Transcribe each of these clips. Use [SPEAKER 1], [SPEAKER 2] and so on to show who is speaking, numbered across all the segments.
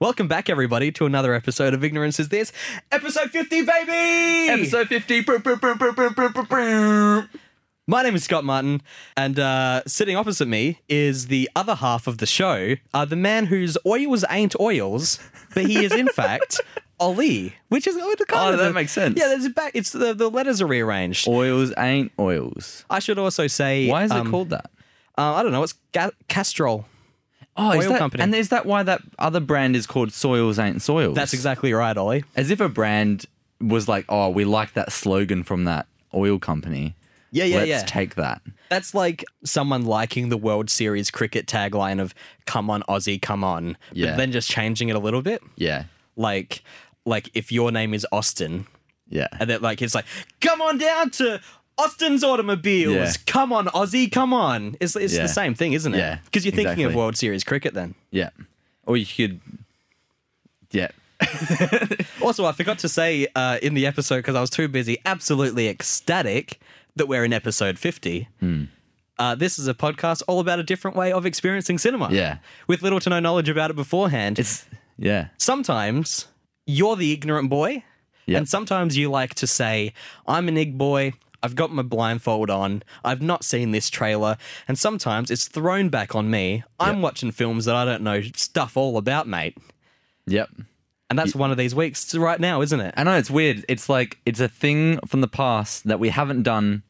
[SPEAKER 1] Welcome back, everybody, to another episode of Ignorance Is This, episode 50, baby!
[SPEAKER 2] Episode 50. brr, brr, brr, brr, brr, brr, brr, brr.
[SPEAKER 1] My name is Scott Martin, and uh, sitting opposite me is the other half of the show, uh, the man whose oils ain't oils, but he is, in fact, Oli, which is oh, the kind
[SPEAKER 2] Oh,
[SPEAKER 1] of
[SPEAKER 2] that
[SPEAKER 1] the-
[SPEAKER 2] makes sense.
[SPEAKER 1] Yeah, there's a back. It's the, the letters are rearranged.
[SPEAKER 2] Oils ain't oils.
[SPEAKER 1] I should also say.
[SPEAKER 2] Why is
[SPEAKER 1] um,
[SPEAKER 2] it called that?
[SPEAKER 1] Uh, I don't know. It's ga- Castrol.
[SPEAKER 2] Oh, is
[SPEAKER 1] oil
[SPEAKER 2] that,
[SPEAKER 1] company.
[SPEAKER 2] And is that why that other brand is called Soils Ain't Soils?
[SPEAKER 1] That's exactly right, Ollie.
[SPEAKER 2] As if a brand was like, oh, we like that slogan from that oil company.
[SPEAKER 1] Yeah, yeah,
[SPEAKER 2] Let's
[SPEAKER 1] yeah.
[SPEAKER 2] take that.
[SPEAKER 1] That's like someone liking the World Series cricket tagline of "Come on, Aussie, come on,"
[SPEAKER 2] Yeah.
[SPEAKER 1] but then just changing it a little bit.
[SPEAKER 2] Yeah.
[SPEAKER 1] Like, like if your name is Austin,
[SPEAKER 2] Yeah.
[SPEAKER 1] and then like it's like, "Come on down to." Austin's automobiles.
[SPEAKER 2] Yeah.
[SPEAKER 1] Come on, Aussie, come on. It's, it's
[SPEAKER 2] Yeah.
[SPEAKER 1] the same thing, isn't it?
[SPEAKER 2] Yeah,
[SPEAKER 1] Because you're thinking of
[SPEAKER 2] exactly.
[SPEAKER 1] World Series cricket then.
[SPEAKER 2] Yeah. Or you could. Yeah.
[SPEAKER 1] Also, I forgot to say uh, in the episode because I was too busy, absolutely ecstatic that we're in episode 50.
[SPEAKER 2] Hmm.
[SPEAKER 1] Uh, this is a podcast all about a different way of experiencing cinema.
[SPEAKER 2] Yeah.
[SPEAKER 1] With little to no knowledge about it beforehand.
[SPEAKER 2] It's. Yeah.
[SPEAKER 1] sometimes you're the ignorant boy,
[SPEAKER 2] Yep.
[SPEAKER 1] and sometimes you like to say, I'm an ig boy. I've got my blindfold on. I've not seen this trailer. And sometimes it's thrown back on me. I'm watching films that I don't know stuff all about, mate.
[SPEAKER 2] Yep.
[SPEAKER 1] And that's one of these weeks right now, isn't it?
[SPEAKER 2] I know it's weird. It's like it's a thing from the past that we haven't done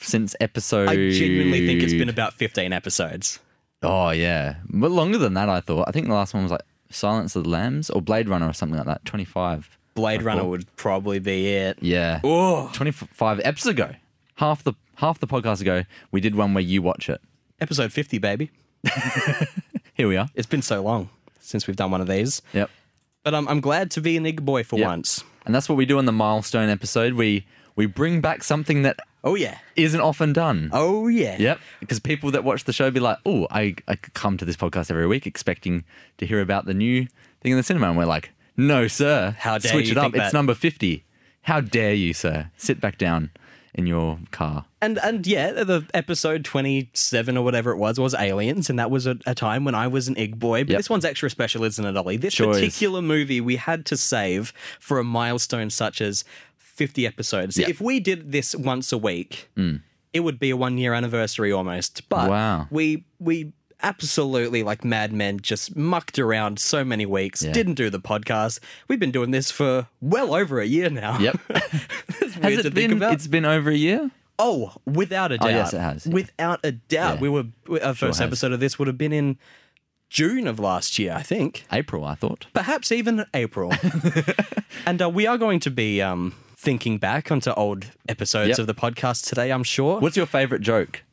[SPEAKER 2] since episode.
[SPEAKER 1] I genuinely think it's been about 15 episodes.
[SPEAKER 2] Oh yeah, but longer than that. I thought. I think the last one was like Silence of the Lambs or Blade Runner or something like that. Twenty five.
[SPEAKER 1] Blade Runner would probably be it.
[SPEAKER 2] Yeah.
[SPEAKER 1] Oh.
[SPEAKER 2] Twenty five episodes ago. Half the half the podcast ago, we did one where you watch it.
[SPEAKER 1] Episode 50, baby.
[SPEAKER 2] Here we are.
[SPEAKER 1] It's been so long since we've done one of these.
[SPEAKER 2] Yep.
[SPEAKER 1] But I'm, I'm glad to be an Ig boy for once.
[SPEAKER 2] And that's what we do on the milestone episode. We we bring back something that
[SPEAKER 1] Oh, yeah.
[SPEAKER 2] isn't often done.
[SPEAKER 1] Oh, yeah.
[SPEAKER 2] Yep. Because people that watch the show be like, oh, I, I come to this podcast every week expecting to hear about the new thing in the cinema. And we're like, no, sir.
[SPEAKER 1] How dare
[SPEAKER 2] Switch
[SPEAKER 1] you
[SPEAKER 2] it up.
[SPEAKER 1] think that."
[SPEAKER 2] It's number 50. How dare you, sir? Sit back down in your car.
[SPEAKER 1] And, and yeah, the episode 27 or whatever it was was Aliens, and that was a, a time when I was an Ig boy. But
[SPEAKER 2] Yep.
[SPEAKER 1] this one's extra special, isn't it, Ollie? This
[SPEAKER 2] Sure is.
[SPEAKER 1] particular movie we had to save for a milestone such as 50 episodes.
[SPEAKER 2] Yep. Mm.
[SPEAKER 1] If we did this once a week, it would be a one year anniversary almost. But
[SPEAKER 2] Wow.
[SPEAKER 1] we we absolutely like madmen just mucked around so many weeks, didn't do the podcast. We've been doing this for well over a year now.
[SPEAKER 2] Yep.
[SPEAKER 1] It's weird
[SPEAKER 2] Has
[SPEAKER 1] to
[SPEAKER 2] it
[SPEAKER 1] think
[SPEAKER 2] been,
[SPEAKER 1] about.
[SPEAKER 2] it's been over a year?
[SPEAKER 1] Oh, without a doubt.
[SPEAKER 2] yes, it has, yeah.
[SPEAKER 1] Without a doubt.
[SPEAKER 2] Yeah.
[SPEAKER 1] We were our first
[SPEAKER 2] has.
[SPEAKER 1] episode of this would have been in June of last year, I think.
[SPEAKER 2] April, I thought.
[SPEAKER 1] Perhaps even April. and uh, we are going to be um, thinking back onto old episodes
[SPEAKER 2] Yep.
[SPEAKER 1] of the podcast today, I'm sure.
[SPEAKER 2] What's your favorite joke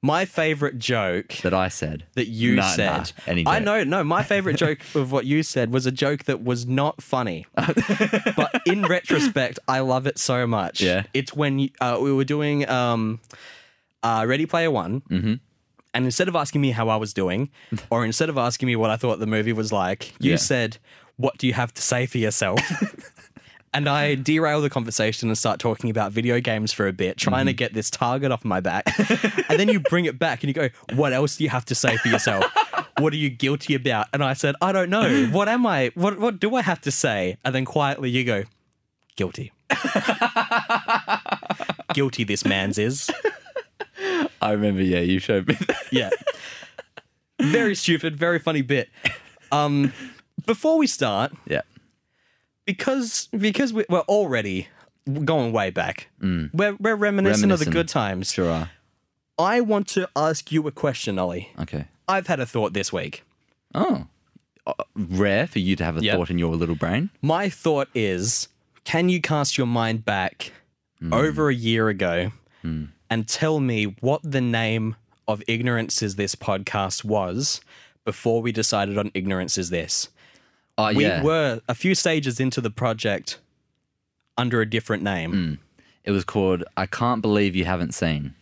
[SPEAKER 1] My favorite joke
[SPEAKER 2] that I said?
[SPEAKER 1] that you
[SPEAKER 2] Nah, nah,
[SPEAKER 1] said.
[SPEAKER 2] any
[SPEAKER 1] I
[SPEAKER 2] joke.
[SPEAKER 1] know, no, my favorite joke of what you said was a joke that was not funny. but in retrospect, I love it so much.
[SPEAKER 2] Yeah.
[SPEAKER 1] It's when you- uh, we were doing um, uh, Ready Player One. Mm-hmm. And instead of asking me how I was doing, or instead of asking me what I thought the movie was like, you
[SPEAKER 2] Yeah.
[SPEAKER 1] said, What do you have to say for yourself? and I derail the conversation and start talking about video games for a bit, trying to get this target off my back. and then you bring it back and you go, What else do you have to say for yourself? what are you guilty about? And I said, I don't know. What am I? What, what do I have to say? And then quietly you go, Guilty. guilty this man's is.
[SPEAKER 2] I remember, yeah, you showed me that.
[SPEAKER 1] Yeah. Very stupid, very funny bit. Um, before we start,
[SPEAKER 2] Yeah.
[SPEAKER 1] because because we, we're already going way back. We're, we're reminiscent of the
[SPEAKER 2] Mm. Reminiscent.
[SPEAKER 1] good times.
[SPEAKER 2] Sure uh, are.
[SPEAKER 1] I want to ask you a question, Ollie.
[SPEAKER 2] Okay.
[SPEAKER 1] I've had a thought this week.
[SPEAKER 2] Oh. Uh, Rare for you to have a
[SPEAKER 1] Yep.
[SPEAKER 2] thought in your little brain.
[SPEAKER 1] My thought is, can you cast your mind back
[SPEAKER 2] Mm.
[SPEAKER 1] over a year ago and tell me what the name of Ignorance is this podcast was before we decided on Ignorance is this?
[SPEAKER 2] Oh,
[SPEAKER 1] We
[SPEAKER 2] yeah.
[SPEAKER 1] were a few stages into the project under a different name.
[SPEAKER 2] It was called I Can't Believe You Haven't Seen.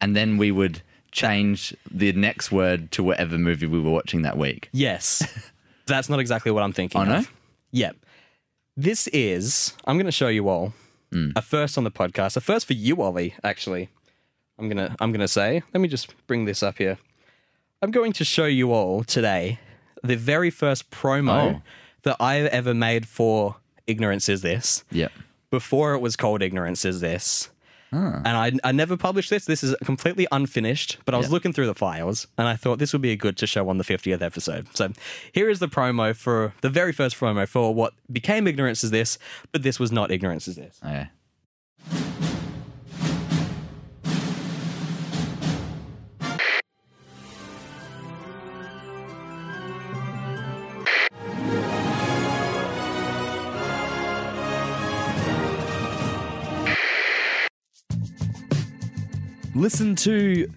[SPEAKER 2] And then we would change the next word to whatever movie we were watching that week.
[SPEAKER 1] Yes. That's not exactly what I'm thinking
[SPEAKER 2] Oh, no?
[SPEAKER 1] of. Yep. This is, I'm going to show you all
[SPEAKER 2] Hmm.
[SPEAKER 1] a first on the podcast, a first for you, Ollie, actually. I'm going to I'm going to say, let me just bring this up here. I'm going to show you all today the very first promo
[SPEAKER 2] Oh.
[SPEAKER 1] that I ever made for Ignorance Is This
[SPEAKER 2] Yeah.
[SPEAKER 1] before it was called Ignorance Is This. And I, I never published this. This is completely unfinished, but I was looking through the files and I thought this would be a good to show on the 50th episode. So here is the promo for the very first promo for what became Ignorance Is This, but this was not Ignorance Is This.
[SPEAKER 2] Okay.
[SPEAKER 3] Listen to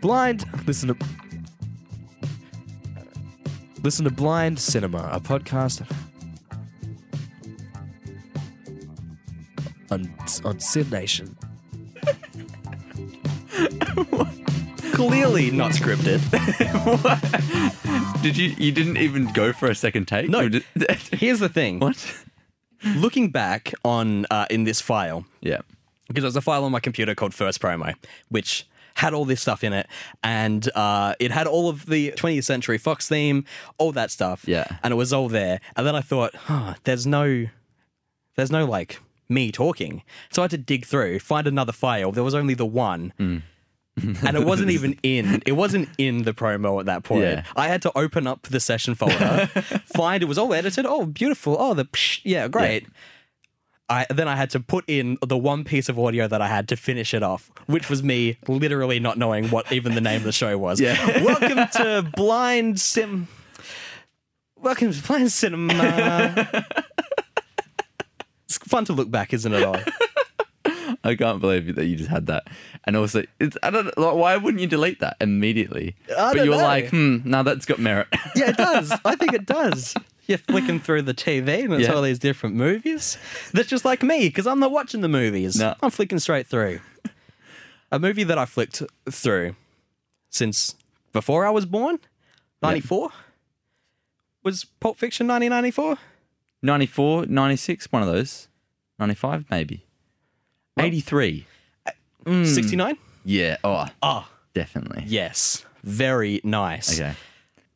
[SPEAKER 3] Blind. Listen to. Listen to Blind Cinema, a podcast on on Sid Nation.
[SPEAKER 1] Clearly not scripted.
[SPEAKER 2] Did you? You didn't even go for a second take.
[SPEAKER 1] No.
[SPEAKER 2] You did-
[SPEAKER 1] Here's the thing.
[SPEAKER 2] what?
[SPEAKER 1] Looking back on uh, in this file,
[SPEAKER 2] Yeah.
[SPEAKER 1] because there's a file on my computer called First Promo, which had all this stuff in it, and uh, it had all of the 20th Century Fox theme, all that stuff.
[SPEAKER 2] Yeah.
[SPEAKER 1] and it was all there. And then I thought, huh, there's no, there's no like me talking. So I had to dig through, find another file. There was only the one.
[SPEAKER 2] Mm.
[SPEAKER 1] and it wasn't even in. It wasn't in the promo at that point.
[SPEAKER 2] Yeah.
[SPEAKER 1] I had to open up the session folder, find it was all edited. Oh, beautiful. Oh, the psh, yeah, great. I then I had to put in the one piece of audio that I had to finish it off, which was me literally not knowing what even the name of the show was.
[SPEAKER 2] Yeah.
[SPEAKER 1] Welcome to Blind Sim. Welcome to Blind Cinema. it's fun to look back, isn't it? All
[SPEAKER 2] I can't believe that you just had that. And also, it's, I don't know, like, why wouldn't you delete that immediately? but
[SPEAKER 1] don't
[SPEAKER 2] you were
[SPEAKER 1] know.
[SPEAKER 2] like, hmm, now that's got merit.
[SPEAKER 1] yeah, it does. I think it does. You're flicking through the TV and it's
[SPEAKER 2] Yeah.
[SPEAKER 1] all these different movies. That's just like me because I'm not watching the movies.
[SPEAKER 2] No.
[SPEAKER 1] I'm flicking straight through. A movie that I flicked through since before I was born, 94, was Pulp Fiction 1994.
[SPEAKER 2] 94, 96, one of those. 95, maybe. 83.
[SPEAKER 1] 69?
[SPEAKER 2] Yeah. Oh,
[SPEAKER 1] Hmm. Ah,
[SPEAKER 2] definitely.
[SPEAKER 1] yes. Very nice.
[SPEAKER 2] Okay.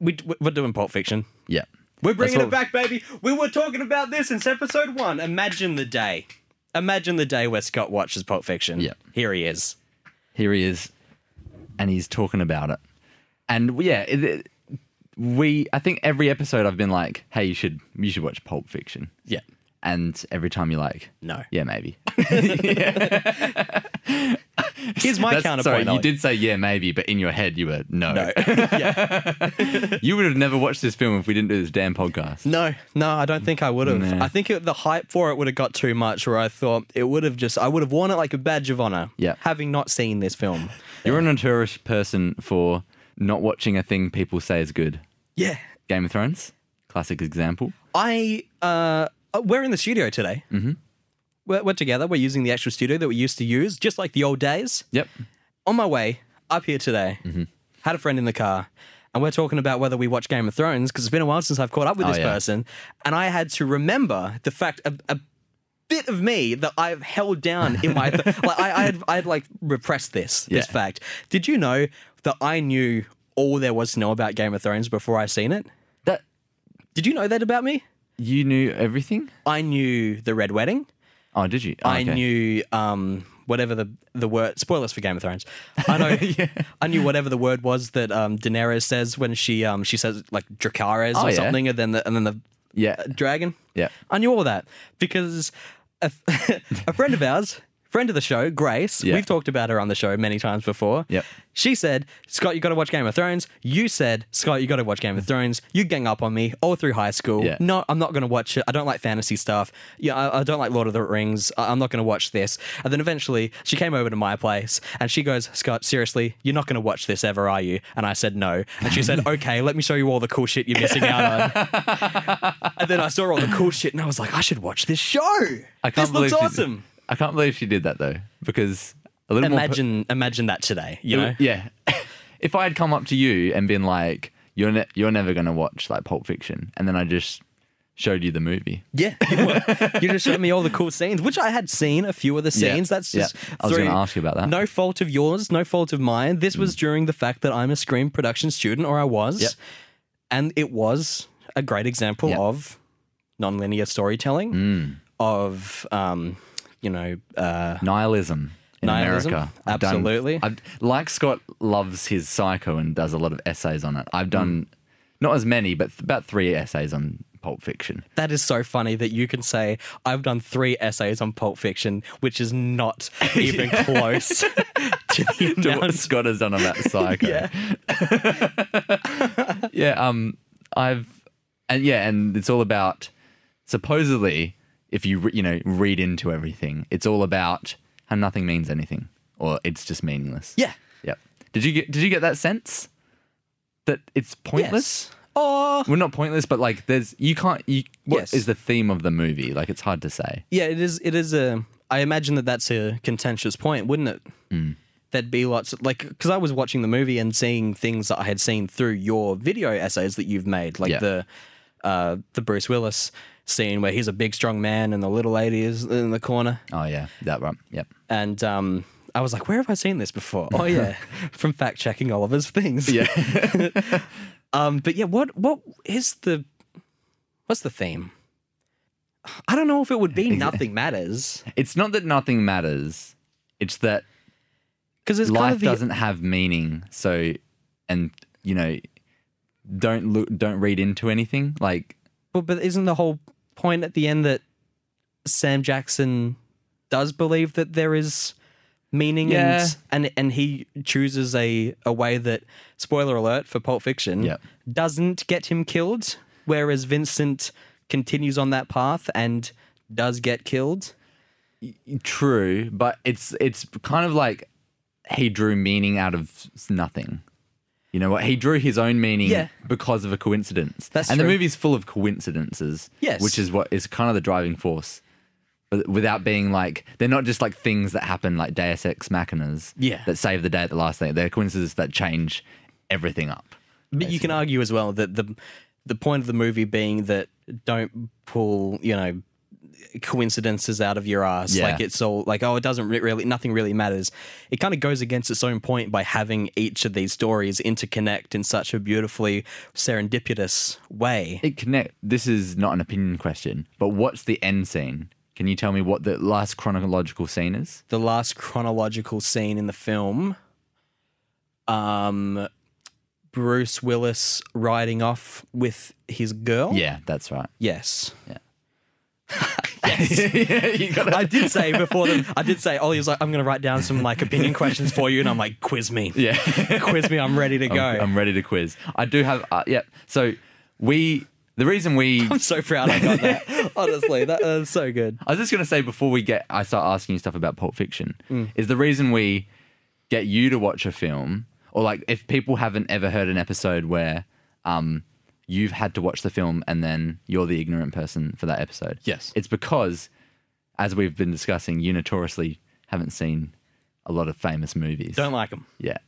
[SPEAKER 1] We, we're doing Pulp Fiction.
[SPEAKER 2] Yeah.
[SPEAKER 1] We're bringing
[SPEAKER 2] That's
[SPEAKER 1] it back,
[SPEAKER 2] what-
[SPEAKER 1] baby. We were talking about this since episode one. Imagine the day. Imagine the day where Scott watches Pulp Fiction.
[SPEAKER 2] Yeah.
[SPEAKER 1] Here he is.
[SPEAKER 2] Here he is. And he's talking about it. And yeah, it, it- we, I think every episode I've been like, hey, you should, you should watch Pulp Fiction.
[SPEAKER 1] Yeah.
[SPEAKER 2] And every time you're like,
[SPEAKER 1] No.
[SPEAKER 2] yeah, maybe.
[SPEAKER 1] Here's my
[SPEAKER 2] That's-
[SPEAKER 1] counterpoint.
[SPEAKER 2] Sorry, you
[SPEAKER 1] Ollie.
[SPEAKER 2] did say yeah, maybe, but in your head you were no.
[SPEAKER 1] No.
[SPEAKER 2] you would have never watched this film if we didn't do this damn podcast.
[SPEAKER 1] No, no, I don't think I would have.
[SPEAKER 2] Nah.
[SPEAKER 1] I think it, the hype for it would have got too much where I thought it would have just, I would have worn it like a badge of honor.
[SPEAKER 2] Yeah.
[SPEAKER 1] Having not seen this film.
[SPEAKER 2] You're a notorious person for not watching a thing people say is good.
[SPEAKER 1] Yeah.
[SPEAKER 2] Game of Thrones, classic example.
[SPEAKER 1] I uh, uh, we're in the studio today. Mm-hmm. We're, we're together. We're using the actual studio that we used to use, just like the old days.
[SPEAKER 2] Yep.
[SPEAKER 1] On my way up here today,
[SPEAKER 2] Mm-hmm.
[SPEAKER 1] had a friend in the car, and we're talking about whether we watch Game of Thrones because it's been a while since I've caught up with
[SPEAKER 2] Oh,
[SPEAKER 1] this
[SPEAKER 2] yeah.
[SPEAKER 1] person, and I had to remember the fact a, a bit of me that I've held down in my like I, I had I had like repressed this this
[SPEAKER 2] Yeah.
[SPEAKER 1] fact. Did you know that I knew all there was to know about Game of Thrones before I seen it?
[SPEAKER 2] That
[SPEAKER 1] Did you know that about me?
[SPEAKER 2] you knew everything?
[SPEAKER 1] I knew the Red Wedding.
[SPEAKER 2] Oh, did you? Oh,
[SPEAKER 1] I
[SPEAKER 2] okay.
[SPEAKER 1] knew um, whatever the the word spoilers for Game of Thrones. I know I knew whatever the word was that um, Daenerys says when she um, she says like Dracarys
[SPEAKER 2] Oh,
[SPEAKER 1] or
[SPEAKER 2] yeah.
[SPEAKER 1] something, and then the, and then the
[SPEAKER 2] Yeah.
[SPEAKER 1] dragon.
[SPEAKER 2] Yeah.
[SPEAKER 1] I knew all that because a, a friend of ours, friend of the show, Grace,
[SPEAKER 2] Yeah.
[SPEAKER 1] we've talked about her on the show many times before.
[SPEAKER 2] Yep.
[SPEAKER 1] She said, Scott, you got to watch Game of Thrones. You said, Scott, you got to watch Game of Thrones. You gang up on me all through high school.
[SPEAKER 2] Yeah.
[SPEAKER 1] No, I'm not going to watch it. I don't like fantasy stuff. Yeah, I, I don't like Lord of the Rings. I, I'm not going to watch this. And then eventually she came over to my place and she goes, Scott, seriously, you're not going to watch this ever, are you? And I said, no. And she said, okay, let me show you all the cool shit you're missing out on. And then I saw all the cool shit and I was like, I should watch this show.
[SPEAKER 2] I can't
[SPEAKER 1] this
[SPEAKER 2] believe
[SPEAKER 1] looks
[SPEAKER 2] she-
[SPEAKER 1] awesome.
[SPEAKER 2] I can't believe she did that though, because a little more. per-
[SPEAKER 1] Imagine imagine that today, you know?
[SPEAKER 2] Yeah. if I had come up to you and been like, "You're ne- you're never gonna watch like Pulp Fiction," and then I just showed you the movie.
[SPEAKER 1] Yeah. you were. you just showed me all the cool scenes, which I had seen a few of the
[SPEAKER 2] Yeah,
[SPEAKER 1] scenes. That's
[SPEAKER 2] yeah.
[SPEAKER 1] just
[SPEAKER 2] I was gonna
[SPEAKER 1] through
[SPEAKER 2] ask you about that. Mm.
[SPEAKER 1] No fault of yours, no fault of mine. This was during the fact that I'm a Scream production student, or I was.
[SPEAKER 2] Yep.
[SPEAKER 1] And it was a great example
[SPEAKER 2] Yeah.
[SPEAKER 1] of nonlinear storytelling,
[SPEAKER 2] Mm.
[SPEAKER 1] of, um, you know, uh,
[SPEAKER 2] Nihilism in
[SPEAKER 1] Nihilism,
[SPEAKER 2] America. I've done-
[SPEAKER 1] absolutely.
[SPEAKER 2] I've, like Scott loves his psycho and does a lot of essays on it. I've done not as many, but th- about three essays on Pulp Fiction.
[SPEAKER 1] that is so funny that you can say, I've done three essays on Pulp Fiction, which is not even close to the
[SPEAKER 2] to what
[SPEAKER 1] amount.
[SPEAKER 2] Scott has done on that psycho. yeah. yeah. Um. I've and yeah, and it's all about supposedly if you re- you know read into everything, it's all about how nothing means anything or it's just meaningless.
[SPEAKER 1] Yeah.
[SPEAKER 2] Yep. Did you get Did you get that sense that it's pointless?
[SPEAKER 1] Yes. Oh,
[SPEAKER 2] Well, not pointless, but like there's you can't. You what is
[SPEAKER 1] Yes.
[SPEAKER 2] the theme of the movie? Like it's hard to say.
[SPEAKER 1] Yeah, it is. It is a. I imagine that that's a contentious point, wouldn't it? There'd be lots of, like because I was watching the movie and seeing things that I had seen through your video essays that you've made, like
[SPEAKER 2] Yeah.
[SPEAKER 1] the uh, the Bruce Willis scene where he's a big strong man and the little lady is in the corner,
[SPEAKER 2] Oh yeah, that right. Yep.
[SPEAKER 1] and um, I was like, where have I seen this before? Oh yeah, from fact checking Oliver's things.
[SPEAKER 2] Yeah.
[SPEAKER 1] Um, but yeah, what what is the what's the theme? I don't know if it would be nothing matters
[SPEAKER 2] it's not that nothing matters. It's that
[SPEAKER 1] because it's
[SPEAKER 2] life
[SPEAKER 1] kind of the
[SPEAKER 2] doesn't have meaning so and you know don't look don't read into anything like
[SPEAKER 1] But but isn't the whole point at the end that Sam Jackson does believe that there is meaning
[SPEAKER 2] Yeah.
[SPEAKER 1] and, and and he chooses a, a way that spoiler alert for Pulp Fiction
[SPEAKER 2] Yeah.
[SPEAKER 1] doesn't get him killed, whereas Vincent continues on that path and does get killed.
[SPEAKER 2] true but it's it's kind of like he drew meaning out of s- nothing you know what he drew his own meaning
[SPEAKER 1] Yeah.
[SPEAKER 2] because of a coincidence
[SPEAKER 1] That's
[SPEAKER 2] and
[SPEAKER 1] true.
[SPEAKER 2] the movie's full of coincidences
[SPEAKER 1] Yes.
[SPEAKER 2] which is what is kind of the driving force but without being like they're not just like things that happen like deus ex machinas
[SPEAKER 1] Yeah.
[SPEAKER 2] that save the day at the last thing they're coincidences that change everything up
[SPEAKER 1] But you can argue as well that the the point of the movie being that don't pull, you know, coincidences out of your ass.
[SPEAKER 2] Yeah.
[SPEAKER 1] Like it's all like, oh, it doesn't re- really, nothing really matters. It kind of goes against its own point by having each of these stories interconnect in such a beautifully serendipitous way.
[SPEAKER 2] it connect this is not an opinion question but what's the end scene can you tell me what the last chronological scene is
[SPEAKER 1] The last chronological scene in the film, um, Bruce Willis riding off with his girl.
[SPEAKER 2] yeah that's right
[SPEAKER 1] Yes.
[SPEAKER 2] you got
[SPEAKER 1] I did say before the, I did say Ollie was like, I'm going to write down some like opinion questions for you, and I'm like, quiz me,
[SPEAKER 2] yeah
[SPEAKER 1] quiz me, I'm ready to go.
[SPEAKER 2] I'm,
[SPEAKER 1] I'm,
[SPEAKER 2] I'm ready to quiz i do have uh, yeah so we the reason we
[SPEAKER 1] so proud I got that. Honestly, that, that's so good.
[SPEAKER 2] I was just going to say before we get, I start asking you stuff about Pulp Fiction,
[SPEAKER 1] Mm.
[SPEAKER 2] is the reason we get you to watch a film, or like if people haven't ever heard an episode where um, you've had to watch the film and then you're the ignorant person for that episode.
[SPEAKER 1] Yes.
[SPEAKER 2] It's because, as we've been discussing, you notoriously haven't seen a lot of famous movies.
[SPEAKER 1] Don't like them.
[SPEAKER 2] yeah.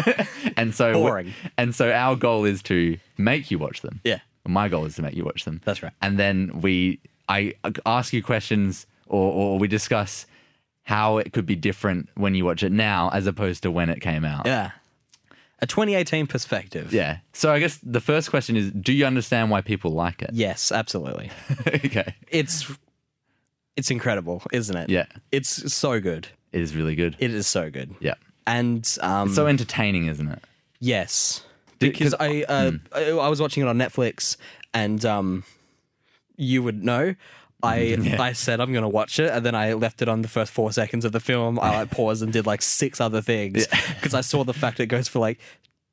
[SPEAKER 2] and so
[SPEAKER 1] Boring.
[SPEAKER 2] and so our goal is to make you watch them.
[SPEAKER 1] Yeah.
[SPEAKER 2] My goal is to make you watch them.
[SPEAKER 1] That's right.
[SPEAKER 2] And then we, I ask you questions, or, or we discuss how it could be different when you watch it now as opposed to when it came out.
[SPEAKER 1] Yeah, a 2018 perspective.
[SPEAKER 2] Yeah. So I guess the first question is, do you understand why people like it?
[SPEAKER 1] Yes, absolutely.
[SPEAKER 2] okay.
[SPEAKER 1] It's it's incredible, isn't it?
[SPEAKER 2] Yeah.
[SPEAKER 1] It's so good.
[SPEAKER 2] It is really good.
[SPEAKER 1] It is so good.
[SPEAKER 2] yeah.
[SPEAKER 1] And um,
[SPEAKER 2] So entertaining, isn't it?
[SPEAKER 1] Yes,
[SPEAKER 2] Did- hmm.
[SPEAKER 1] because I, uh, I I was watching it on Netflix, and um, you would know. I I said I'm gonna watch it, and then I left it on the first four seconds of the film. I like paused and did like six other things because I saw the fact it goes for like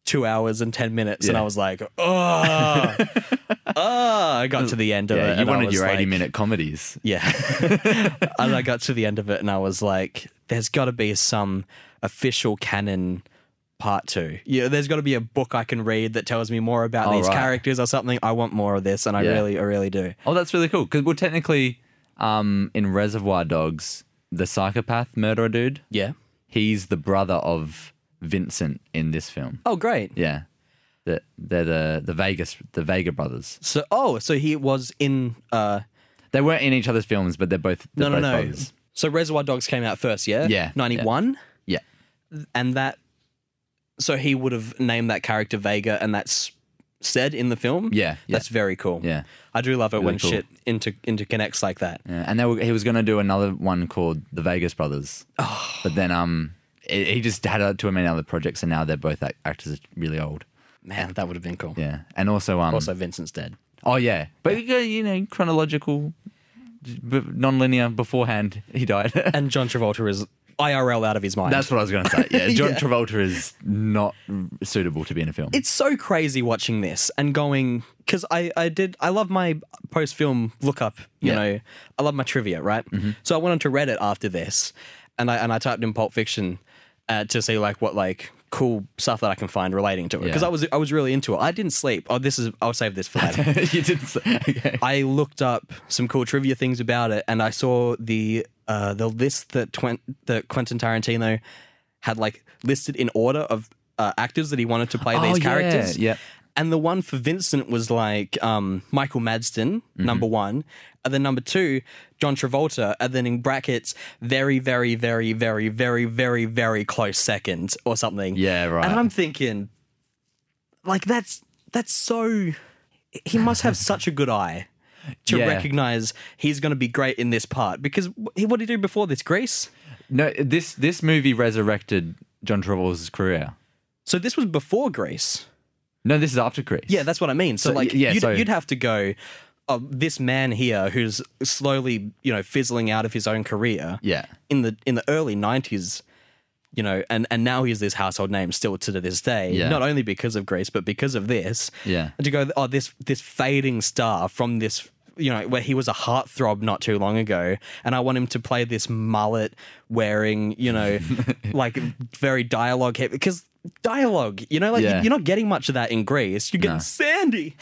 [SPEAKER 1] two hours and ten minutes, and
[SPEAKER 2] Yeah.
[SPEAKER 1] I was like, oh, oh, I got to the end of it.
[SPEAKER 2] Yeah.
[SPEAKER 1] and
[SPEAKER 2] You
[SPEAKER 1] I
[SPEAKER 2] wanted
[SPEAKER 1] was
[SPEAKER 2] your
[SPEAKER 1] like-
[SPEAKER 2] eighty-minute comedies.
[SPEAKER 1] yeah. and I got to the end of it and I was like, there's got to be some official canon part two. Yeah, there's got to be a book I can read that tells me more about
[SPEAKER 2] Oh,
[SPEAKER 1] these
[SPEAKER 2] right.
[SPEAKER 1] characters or something. I want more of this and I
[SPEAKER 2] Yeah.
[SPEAKER 1] really, I really do.
[SPEAKER 2] Oh, that's really cool. Because well, technically, um, in Reservoir Dogs, the psychopath murderer dude,
[SPEAKER 1] Yeah.
[SPEAKER 2] he's the brother of Vincent in this film.
[SPEAKER 1] Oh, great.
[SPEAKER 2] Yeah. The, they're the, the Vegas the Vega brothers.
[SPEAKER 1] So, oh, so he was in. uh
[SPEAKER 2] They weren't in each other's films, but they're both
[SPEAKER 1] No,
[SPEAKER 2] they're
[SPEAKER 1] no,
[SPEAKER 2] both
[SPEAKER 1] no.
[SPEAKER 2] brothers.
[SPEAKER 1] So Reservoir Dogs came out first, yeah?
[SPEAKER 2] Yeah, yeah.
[SPEAKER 1] 91.
[SPEAKER 2] Yeah.
[SPEAKER 1] And that. So he would have named that character Vega and that's said in the film.
[SPEAKER 2] Yeah, yeah.
[SPEAKER 1] That's very cool.
[SPEAKER 2] Yeah.
[SPEAKER 1] I do love it when
[SPEAKER 2] cool.
[SPEAKER 1] shit inter- interconnects like that.
[SPEAKER 2] Yeah, and they were, he was going to do another one called The Vegas Brothers,
[SPEAKER 1] Oh.
[SPEAKER 2] but then um, it, he just had uh, too many other projects, and now they're both act- actors are really old.
[SPEAKER 1] Man, that would have been cool.
[SPEAKER 2] Yeah, and also um,
[SPEAKER 1] Also, Vincent's dead.
[SPEAKER 2] oh yeah, but you go, you know, chronological, b- non-linear. Beforehand, he died.
[SPEAKER 1] And John Travolta is IRL out of his mind.
[SPEAKER 2] That's what I was going to say. Yeah, John
[SPEAKER 1] Yeah.
[SPEAKER 2] Travolta is not suitable to be in a film.
[SPEAKER 1] it's so crazy watching this and going because I, I did I love my post film look up you
[SPEAKER 2] Yeah. Mm-hmm.
[SPEAKER 1] know I love my trivia right so I went onto Reddit after this and I and I typed in Pulp Fiction uh, to see like what like cool stuff that I can find relating to it because
[SPEAKER 2] Yeah.
[SPEAKER 1] I was I was really into it I didn't sleep oh this is I'll save this for later
[SPEAKER 2] you didn't say. Okay.
[SPEAKER 1] I looked up some cool trivia things about it, and I saw the uh, the list that Twen- that Quentin Tarantino had like listed in order of uh, actors that he wanted to play
[SPEAKER 2] Oh,
[SPEAKER 1] these
[SPEAKER 2] yeah,
[SPEAKER 1] characters.
[SPEAKER 2] yep.
[SPEAKER 1] And the one for Vincent was like um, Michael Madsen,
[SPEAKER 2] Mm-hmm.
[SPEAKER 1] number one, and then number two, John Travolta, and then in brackets, very, very, very, very, very, very, very close second or something.
[SPEAKER 2] Yeah, right.
[SPEAKER 1] And I'm thinking, like that's that's so. He must have such a good eye to
[SPEAKER 2] Yeah.
[SPEAKER 1] recognize he's going to be great in this part because wh- he- what did he do before this? Grease.
[SPEAKER 2] No, this this movie resurrected John Travolta's career.
[SPEAKER 1] So this was before Grease.
[SPEAKER 2] No, this is after Grease.
[SPEAKER 1] Yeah, that's what I mean. So,
[SPEAKER 2] So,
[SPEAKER 1] like,
[SPEAKER 2] y- yeah,
[SPEAKER 1] you'd,
[SPEAKER 2] so-
[SPEAKER 1] you'd have to go. Oh, this man here, who's slowly, you know, fizzling out of his own career.
[SPEAKER 2] Yeah.
[SPEAKER 1] In the in the early nineties, you know, and and now he's this household name still to this day.
[SPEAKER 2] Yeah.
[SPEAKER 1] Not only because of Grease, but because of this.
[SPEAKER 2] Yeah.
[SPEAKER 1] And to go, oh, this this fading star from this. You know, where he was a heartthrob not too long ago, and I want him to play this mullet wearing, you know, like very dialogue heavy. Because dialogue, you know, like you-
[SPEAKER 2] Yeah.
[SPEAKER 1] you're not getting much of that in Greece. You're getting
[SPEAKER 2] No.
[SPEAKER 1] Sandy.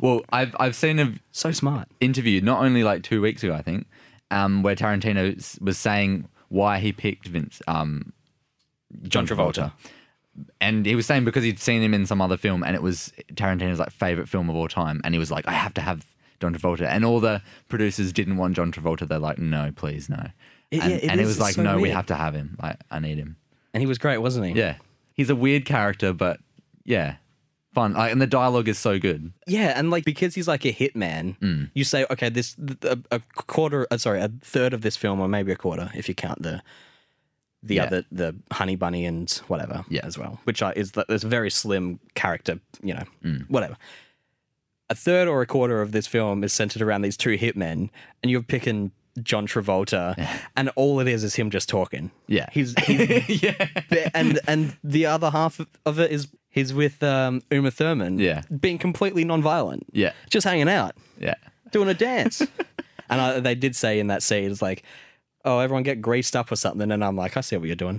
[SPEAKER 2] Well, I've I've seen a
[SPEAKER 1] So smart.
[SPEAKER 2] interview not only like two weeks ago, I think, um, where Tarantino s- was saying why he picked Vince, um,
[SPEAKER 1] John Travolta.
[SPEAKER 2] and he was saying because he'd seen him in some other film, and it was Tarantino's like favorite film of all time, and he was like, I have to have John Travolta, and all the producers didn't want John Travolta. They're like, no, please, no,
[SPEAKER 1] It-
[SPEAKER 2] and,
[SPEAKER 1] yeah, it
[SPEAKER 2] and it
[SPEAKER 1] is-
[SPEAKER 2] was
[SPEAKER 1] it's
[SPEAKER 2] like,
[SPEAKER 1] so
[SPEAKER 2] no, we
[SPEAKER 1] weird.
[SPEAKER 2] have to have him. Like, I need him.
[SPEAKER 1] And he was great, wasn't he?
[SPEAKER 2] Yeah, he's a weird character, but yeah, fun. Like, and the dialogue is so good.
[SPEAKER 1] Yeah, and like because he's like a hitman,
[SPEAKER 2] Mm.
[SPEAKER 1] you say, okay, this th- a, a quarter, uh, sorry, a third of this film, or maybe a quarter if you count the the
[SPEAKER 2] Yeah.
[SPEAKER 1] other the honey bunny and whatever
[SPEAKER 2] Yeah.
[SPEAKER 1] as well, which I, is that there's a very slim character, you know,
[SPEAKER 2] Mm.
[SPEAKER 1] whatever. A third or a quarter of this film is centered around these two hitmen, and you're picking John Travolta, and all it is is him just talking.
[SPEAKER 2] Yeah.
[SPEAKER 1] he's, he's
[SPEAKER 2] yeah,
[SPEAKER 1] bit- and and the other half of- of it is he's with um, Uma Thurman.
[SPEAKER 2] Yeah.
[SPEAKER 1] being completely non-violent.
[SPEAKER 2] Yeah.
[SPEAKER 1] just hanging out,
[SPEAKER 2] yeah,
[SPEAKER 1] doing a dance. and I, they did say in that scene, it's like, "Oh, everyone get greased up or something." And I'm like, "I see what you're doing."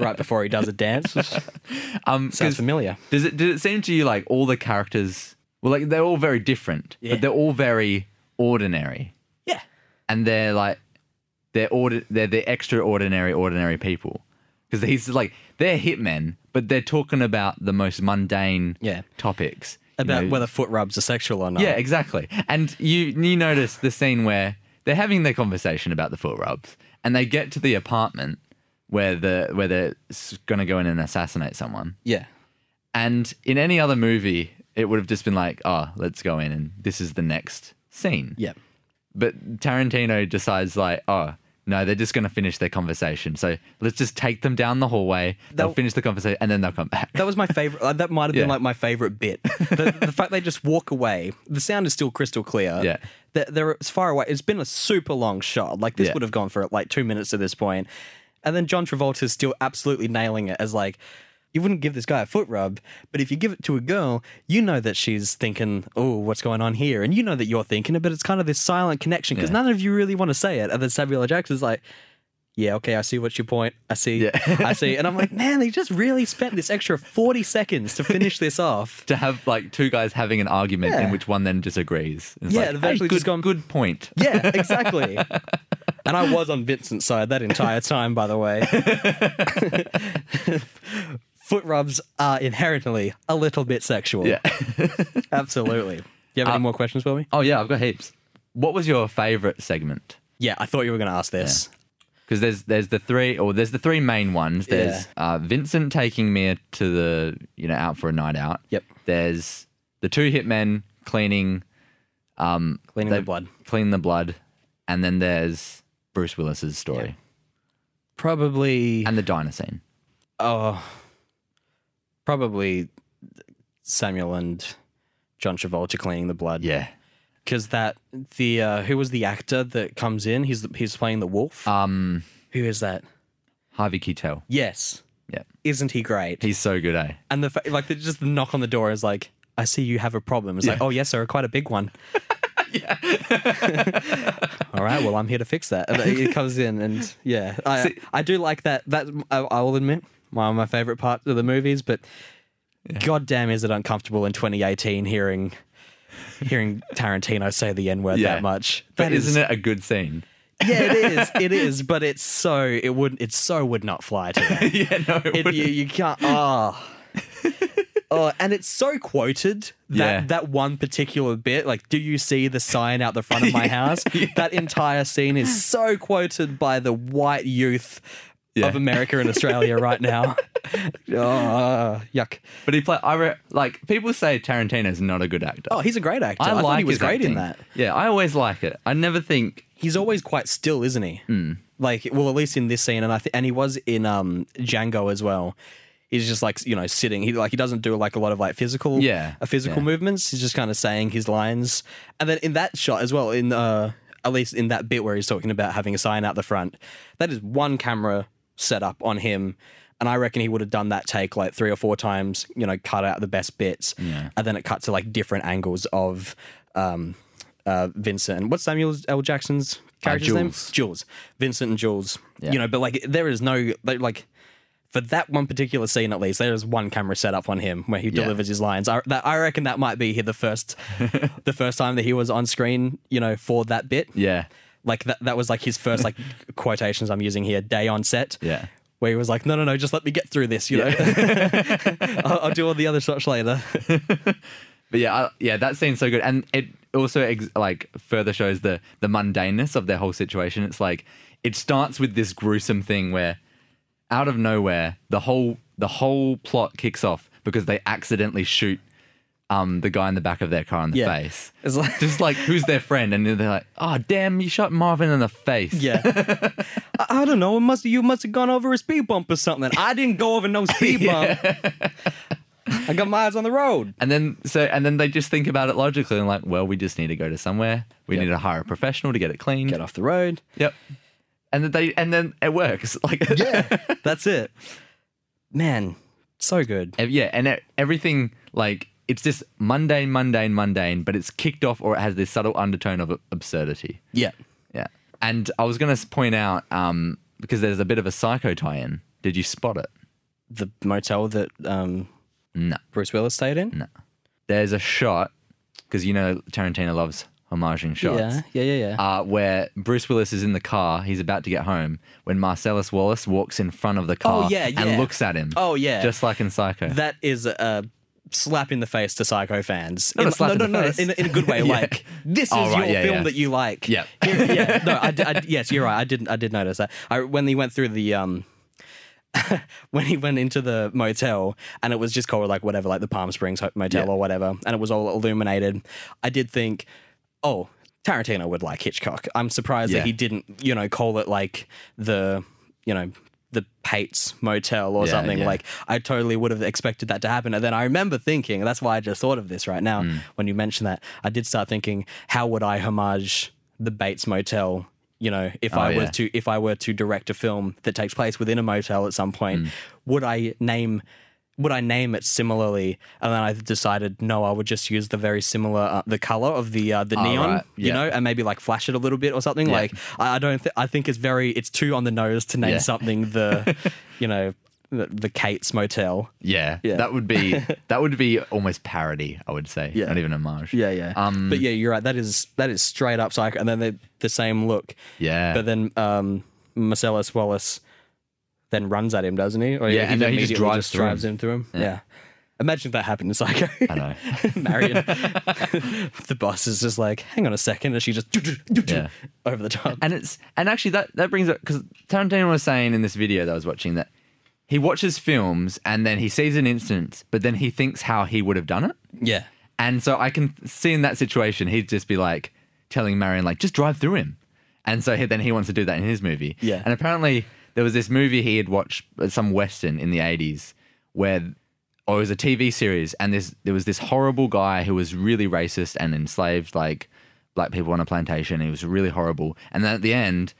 [SPEAKER 1] right before he does a dance,
[SPEAKER 2] um,
[SPEAKER 1] sounds
[SPEAKER 2] 'cause-
[SPEAKER 1] familiar.
[SPEAKER 2] Does it did it seem to you like all the characters well like they're all very different,
[SPEAKER 1] Yeah.
[SPEAKER 2] but they're all very ordinary.
[SPEAKER 1] Yeah,
[SPEAKER 2] And they're like they're ordi- they're the extraordinary ordinary people. Because he's like they're hitmen, but they're talking about the most mundane
[SPEAKER 1] Yeah.
[SPEAKER 2] topics. you
[SPEAKER 1] about
[SPEAKER 2] know.
[SPEAKER 1] whether foot rubs are sexual or not.
[SPEAKER 2] Yeah, exactly. And you you notice the scene where they're having their conversation about the foot rubs and they get to the apartment where the where they're s- gonna go in and assassinate someone.
[SPEAKER 1] yeah.
[SPEAKER 2] And in any other movie, it would have just been like, oh, let's go in and this is the next scene.
[SPEAKER 1] Yeah.
[SPEAKER 2] But Tarantino decides, like, oh, no, they're just going to finish their conversation. So let's just take them down the hallway. They'll,
[SPEAKER 1] They'll-
[SPEAKER 2] finish the conversation and then they'll come back.
[SPEAKER 1] That was my favorite. Like, that might have been
[SPEAKER 2] Yeah.
[SPEAKER 1] like my favorite bit. The, the fact they just walk away. The sound is still crystal clear.
[SPEAKER 2] Yeah.
[SPEAKER 1] They're, they're as far away. It's been a super long shot. Like this
[SPEAKER 2] Yeah.
[SPEAKER 1] would have gone for like two minutes at this point. And then John Travolta is still absolutely nailing it as like, you wouldn't give this guy a foot rub, but if you give it to a girl, you know that she's thinking, oh, what's going on here? And you know that you're thinking it, but it's kind of this silent connection because none of you really want to say it. And then Samuel L. Jackson's like, yeah, okay, I see what's your point. I see,
[SPEAKER 2] Yeah.
[SPEAKER 1] I see. And I'm like, man, they just really spent this extra 40 seconds to finish this off.
[SPEAKER 2] to have like two guys having an argument
[SPEAKER 1] Yeah.
[SPEAKER 2] in which one then disagrees. It's
[SPEAKER 1] Yeah,
[SPEAKER 2] like,
[SPEAKER 1] they've actually
[SPEAKER 2] good,
[SPEAKER 1] just gone-
[SPEAKER 2] good point.
[SPEAKER 1] Yeah, exactly. and I was on Vincent's side that entire time, by the way. Foot rubs are inherently a little bit sexual.
[SPEAKER 2] Yeah.
[SPEAKER 1] Absolutely. You have any more questions for me?
[SPEAKER 2] oh, yeah, I've got heaps. What was your favorite segment?
[SPEAKER 1] Yeah, I thought you were going to ask this.
[SPEAKER 2] because there's there's the three or there's the three main ones. There's uh, Vincent taking Mia to the you know out for a night out.
[SPEAKER 1] Yep.
[SPEAKER 2] There's the two hitmen cleaning
[SPEAKER 1] Cleaning
[SPEAKER 2] they
[SPEAKER 1] the blood.
[SPEAKER 2] clean the blood, and then there's Bruce Willis's story
[SPEAKER 1] Probably.
[SPEAKER 2] and the diner scene.
[SPEAKER 1] Oh, probably Samuel and John Travolta cleaning the blood.
[SPEAKER 2] Yeah.
[SPEAKER 1] because that the uh, who was the actor that comes in? He's the, he's playing the wolf.
[SPEAKER 2] Um,
[SPEAKER 1] who is that?
[SPEAKER 2] Harvey Keitel.
[SPEAKER 1] Yes,
[SPEAKER 2] Yeah.
[SPEAKER 1] isn't he great?
[SPEAKER 2] He's so good, eh?
[SPEAKER 1] and the fa- like, the, just the knock on the door is like, I see you have a problem. It's like, oh yes, sir, quite a big one. All right, well, I'm here to fix that. And he comes in, and yeah, I I do like that. That I, I will admit, one of my favorite parts of the movies. But goddamn, is it uncomfortable in 2018 hearing hearing Tarantino say the N word
[SPEAKER 2] Yeah.
[SPEAKER 1] that much?
[SPEAKER 2] But
[SPEAKER 1] That is-
[SPEAKER 2] isn't it a good scene?
[SPEAKER 1] Yeah, it is. It is, but it's so it would it so would not fly today.
[SPEAKER 2] yeah, no, it
[SPEAKER 1] If you you can't oh. Oh, and it's so quoted that
[SPEAKER 2] Yeah.
[SPEAKER 1] that one particular bit, like "Do you see the sign out the front of my house?" That entire scene is so quoted by the white youth
[SPEAKER 2] Yeah.
[SPEAKER 1] of America and Australia right now. Oh, yuck!
[SPEAKER 2] But he play. I re- like people say Tarantino's not a good actor.
[SPEAKER 1] Oh, he's a great actor. I,
[SPEAKER 2] like
[SPEAKER 1] thought he was
[SPEAKER 2] his
[SPEAKER 1] great in
[SPEAKER 2] acting.
[SPEAKER 1] that.
[SPEAKER 2] Yeah, I always like it. I never think.
[SPEAKER 1] he's always quite still, isn't he?
[SPEAKER 2] Hmm.
[SPEAKER 1] Like, well, at least in this scene, and I think, and he was in um Django as well. He's just like you know sitting. He like he doesn't do like a lot of like physical,
[SPEAKER 2] Yeah,
[SPEAKER 1] uh, physical
[SPEAKER 2] yeah.
[SPEAKER 1] movements. He's just kind of saying his lines, and then in that shot as well, in uh at least in that bit where he's talking about having a sign out the front, that is one camera set up on him. And I reckon he would have done that take like three or four times, you know, cut out the best bits, and then it cut to like different angles of um, uh, Vincent. What's Samuel L. Jackson's character's name?
[SPEAKER 2] Uh, Jules.
[SPEAKER 1] Jules. Vincent and Jules.
[SPEAKER 2] Yeah.
[SPEAKER 1] You know, but like there is no like- like for that one particular scene at least, there is one camera set up on him where he delivers his lines. I, that, I reckon that might be the first the first time that he was on screen. You know, for that bit.
[SPEAKER 2] Yeah,
[SPEAKER 1] Like that, that was like his first like quotations I'm using here, day on set.
[SPEAKER 2] Yeah.
[SPEAKER 1] Where he was like, no, no, no, just let me get through this, you know. I'll, I'll do all the other shots later.
[SPEAKER 2] but yeah, I, yeah, that scene's so good, and it also ex- like further shows the the mundaneness of their whole situation. It's like it starts with this gruesome thing where, out of nowhere, the whole the whole plot kicks off because they accidentally shoot um the guy in the back of their car in the
[SPEAKER 1] Yeah.
[SPEAKER 2] face.
[SPEAKER 1] It's like-
[SPEAKER 2] just like who's their friend, and then they're like, oh damn, you shot Marvin in the face.
[SPEAKER 1] Yeah. I, I don't know. It must you must have gone over a speed bump or something. I didn't go over no speed bump. I got my eyes on the road.
[SPEAKER 2] And then so and then they just think about it logically and like, well, we just need to go to somewhere. We
[SPEAKER 1] Yep.
[SPEAKER 2] need to hire a professional to get it cleaned.
[SPEAKER 1] Get off the road.
[SPEAKER 2] Yep. And then they and then it works. Like
[SPEAKER 1] Yeah. That's it. Man, so good.
[SPEAKER 2] And yeah, and it, everything like it's just mundane, mundane, mundane, but it's kicked off or it has this subtle undertone of absurdity.
[SPEAKER 1] Yeah.
[SPEAKER 2] Yeah. And I was gonna s- point out, um, because there's a bit of a psycho tie-in. Did you spot it?
[SPEAKER 1] The motel that um
[SPEAKER 2] No.
[SPEAKER 1] Bruce Willis stayed in? No.
[SPEAKER 2] There's a shot, because you know Tarantino loves homaging shots.
[SPEAKER 1] Yeah, yeah, yeah, yeah.
[SPEAKER 2] uh, where Bruce Willis is in the car. He's about to get home when Marcellus Wallace walks in front of the car
[SPEAKER 1] Oh, yeah, yeah.
[SPEAKER 2] and looks at him.
[SPEAKER 1] Oh, yeah.
[SPEAKER 2] Just like in Psycho.
[SPEAKER 1] that is a slap in the face to psycho fans.
[SPEAKER 2] Not a
[SPEAKER 1] in,
[SPEAKER 2] slap in
[SPEAKER 1] no,
[SPEAKER 2] the
[SPEAKER 1] no, no,
[SPEAKER 2] face.
[SPEAKER 1] in, in a good way.
[SPEAKER 2] Yeah.
[SPEAKER 1] Like this is
[SPEAKER 2] Oh,
[SPEAKER 1] your
[SPEAKER 2] right, yeah,
[SPEAKER 1] film
[SPEAKER 2] yeah.
[SPEAKER 1] that you like.
[SPEAKER 2] Yeah.
[SPEAKER 1] Here- yeah. No, I, d- I d- yes, you're right. I didn't. I did notice that. I, when he went through the um. when he went into the motel and it was just called like whatever, like the Palm Springs Ho- Motel
[SPEAKER 2] Yeah.
[SPEAKER 1] or whatever, and it was all illuminated. I did think, oh, Tarantino would like Hitchcock. I'm surprised
[SPEAKER 2] Yeah.
[SPEAKER 1] that he didn't, you know, call it like the, you know, the Pates Motel or
[SPEAKER 2] Yeah,
[SPEAKER 1] something.
[SPEAKER 2] yeah.
[SPEAKER 1] Like I totally would have expected that to happen. And then I remember thinking, and that's why I just thought of this right now when you mentioned that. I did start thinking, how would I homage the Bates Motel? You know, if I were
[SPEAKER 2] yeah.
[SPEAKER 1] to if I were to direct a film that takes place within a motel at some point, would I name would I name it similarly? And then I decided no, I would just use the very similar uh, the color of the uh, the neon,
[SPEAKER 2] Oh, right.
[SPEAKER 1] you
[SPEAKER 2] Yeah.
[SPEAKER 1] know, and maybe like flash it a little bit or something. Like I I don't, th- I think it's very, it's too on the nose to name
[SPEAKER 2] Yeah.
[SPEAKER 1] something the, you know, the, the Kate's Motel.
[SPEAKER 2] yeah,
[SPEAKER 1] Yeah.
[SPEAKER 2] That would be that would be almost parody, I would say.
[SPEAKER 1] Yeah.
[SPEAKER 2] Not even homage.
[SPEAKER 1] yeah.
[SPEAKER 2] Um,
[SPEAKER 1] but yeah, you're right. That is that is straight up psycho. And then they the same look.
[SPEAKER 2] Yeah.
[SPEAKER 1] But then um, Marcellus Wallace then runs at him, doesn't he? Or
[SPEAKER 2] Yeah, and then he just
[SPEAKER 1] immediately
[SPEAKER 2] drives through
[SPEAKER 1] drives him through him. Yeah. Imagine if that happened in Psycho.
[SPEAKER 2] I know.
[SPEAKER 1] Marion, the boss is just like, hang on a second, and she just
[SPEAKER 2] Yeah.
[SPEAKER 1] over the top.
[SPEAKER 2] And it's and actually that that brings up because Tarantino was saying in this video that I was watching that he watches films and then he sees an instance, but then he thinks how he would have done it.
[SPEAKER 1] yeah,
[SPEAKER 2] And so I can see in that situation, he'd just be like telling Marion, like, just drive through him. And so he, then he wants to do that in his movie.
[SPEAKER 1] Yeah.
[SPEAKER 2] And apparently there was this movie he had watched, uh, some Western in the 80s, where, or it was a TV series, and this, there was this horrible guy who was really racist and enslaved like black people on a plantation. He was really horrible. And then at the end,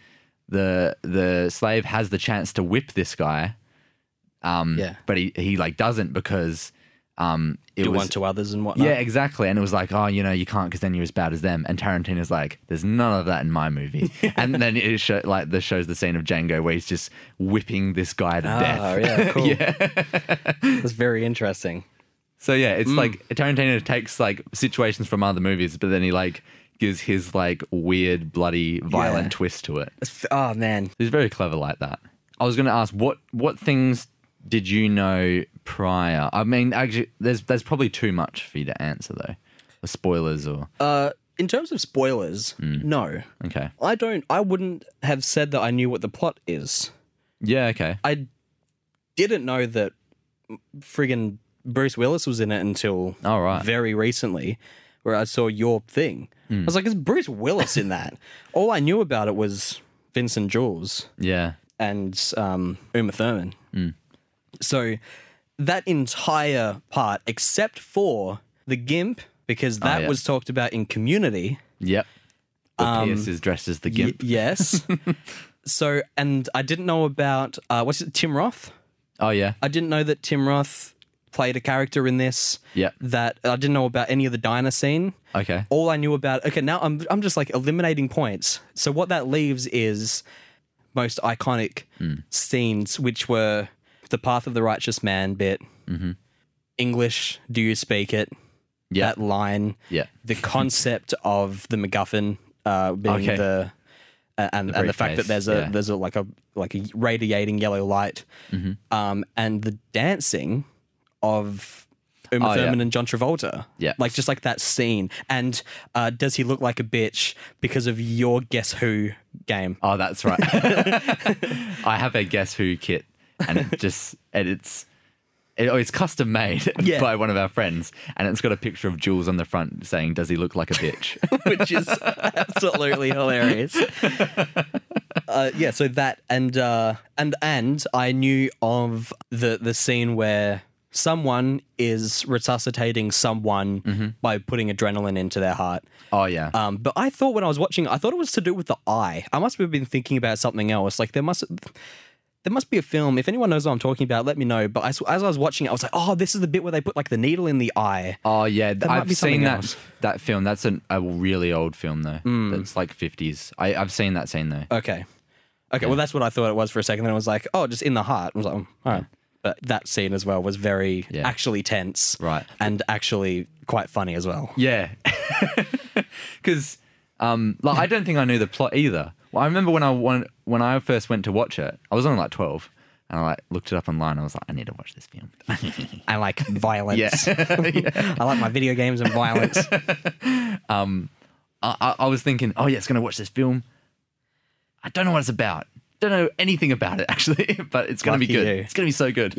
[SPEAKER 2] the the slave has the chance to whip this guy. Um,
[SPEAKER 1] Yeah.
[SPEAKER 2] But he, he like doesn't because um, it
[SPEAKER 1] do
[SPEAKER 2] was
[SPEAKER 1] one to others and whatnot.
[SPEAKER 2] yeah, exactly. And it was like, oh, you know, you can't because then you're as bad as them. And Tarantino's like, there's none of that in my movie. and then it show, like this shows the scene of Django where he's just whipping this guy to
[SPEAKER 1] Oh,
[SPEAKER 2] death.
[SPEAKER 1] yeah, cool. That's very interesting.
[SPEAKER 2] So yeah,
[SPEAKER 1] Mm.
[SPEAKER 2] it's like Tarantino takes like situations from other movies, but then he like gives his like weird, bloody, violent
[SPEAKER 1] Yeah.
[SPEAKER 2] twist to it.
[SPEAKER 1] That's- Oh man,
[SPEAKER 2] He's very clever like that. I was going to ask what what things did you know prior? I mean, actually, there's there's probably too much for you to answer though, or spoilers or
[SPEAKER 1] Uh, in terms of spoilers, no,
[SPEAKER 2] okay,
[SPEAKER 1] I don't. I wouldn't have said that I knew what the plot is.
[SPEAKER 2] yeah, okay.
[SPEAKER 1] I didn't know that friggin' Bruce Willis was in it until
[SPEAKER 2] All right.
[SPEAKER 1] very recently, where I saw your thing. I was like, is Bruce Willis in that? All I knew about it was Vincent Jules
[SPEAKER 2] Yeah.
[SPEAKER 1] and um, Uma Thurman. So that entire part, except for the Gimp, because that
[SPEAKER 2] yeah.
[SPEAKER 1] was talk talked about in Community.
[SPEAKER 2] Yep. The Pierce is dressed as the
[SPEAKER 1] Um, Y-
[SPEAKER 2] gimp.
[SPEAKER 1] yes. so, and I didn't know about uh, what's it, Tim Roth.
[SPEAKER 2] oh yeah.
[SPEAKER 1] I didn't know that Tim Roth played a character in this.
[SPEAKER 2] Yep.
[SPEAKER 1] That I didn't know about any of the diner scene.
[SPEAKER 2] Okay.
[SPEAKER 1] All I knew about okay, now I'm I'm just like eliminating points. So what that leaves is most iconic scenes, which were the Path of the Righteous Man bit. English, do you speak it?
[SPEAKER 2] Yeah.
[SPEAKER 1] That line
[SPEAKER 2] Yeah.
[SPEAKER 1] the concept of the MacGuffin uh, being
[SPEAKER 2] Okay.
[SPEAKER 1] the uh, and and the fact that
[SPEAKER 2] briefcase,
[SPEAKER 1] there's a
[SPEAKER 2] yeah. Mm-hmm.
[SPEAKER 1] there's a like a like a radiating yellow light, um, and the dancing of Uma
[SPEAKER 2] Oh, yeah.
[SPEAKER 1] Thurman and John Travolta,
[SPEAKER 2] Yeah.
[SPEAKER 1] like just like that scene. And uh, does he look like a bitch because of your guess who game?
[SPEAKER 2] Oh, that's right. I have a guess who kit, and it just and it's it, oh, it's custom made
[SPEAKER 1] Yeah.
[SPEAKER 2] by one of our friends, and it's got a picture of Jules on the front saying, "Does he look like a bitch?"
[SPEAKER 1] which is absolutely hilarious. Uh, yeah, so that and uh, and and I knew of the the scene where someone is resuscitating someone by putting adrenaline into their heart.
[SPEAKER 2] oh yeah.
[SPEAKER 1] Um, but I thought when I was watching, I thought it was to do with the eye. I must have been thinking about something else. Like there must. There must be a film. If anyone knows what I'm talking about, let me know. But I s as I was watching it, I was like, "Oh, this is the bit where they put like the needle in the eye."
[SPEAKER 2] Oh yeah, th-
[SPEAKER 1] might
[SPEAKER 2] I've
[SPEAKER 1] be something
[SPEAKER 2] seen that
[SPEAKER 1] else. Mm.
[SPEAKER 2] that film. That's an, a really old film though. That's like fifties. I've seen that scene though.
[SPEAKER 1] Okay. Okay, well, that's what I thought it was for a second. Then I was like, oh, just in the heart. I was like, oh, all right. But that scene as well was very
[SPEAKER 2] Yeah.
[SPEAKER 1] actually tense.
[SPEAKER 2] Right.
[SPEAKER 1] And actually quite funny as well.
[SPEAKER 2] Yeah. Because um, like I don't think I knew the plot either. Well, I remember when I won- when I first went to watch it, I was only like twelve, and I like looked it up online. I was like, I need to watch this film.
[SPEAKER 1] And like violence.
[SPEAKER 2] Yeah.
[SPEAKER 1] I like my video games and violence.
[SPEAKER 2] I, I, I was thinking, oh yeah, it's gonna watch this film. I don't know what it's about. Don't know anything about it actually, but it's gonna be
[SPEAKER 1] Lucky
[SPEAKER 2] good.
[SPEAKER 1] you.
[SPEAKER 2] It's gonna be so good.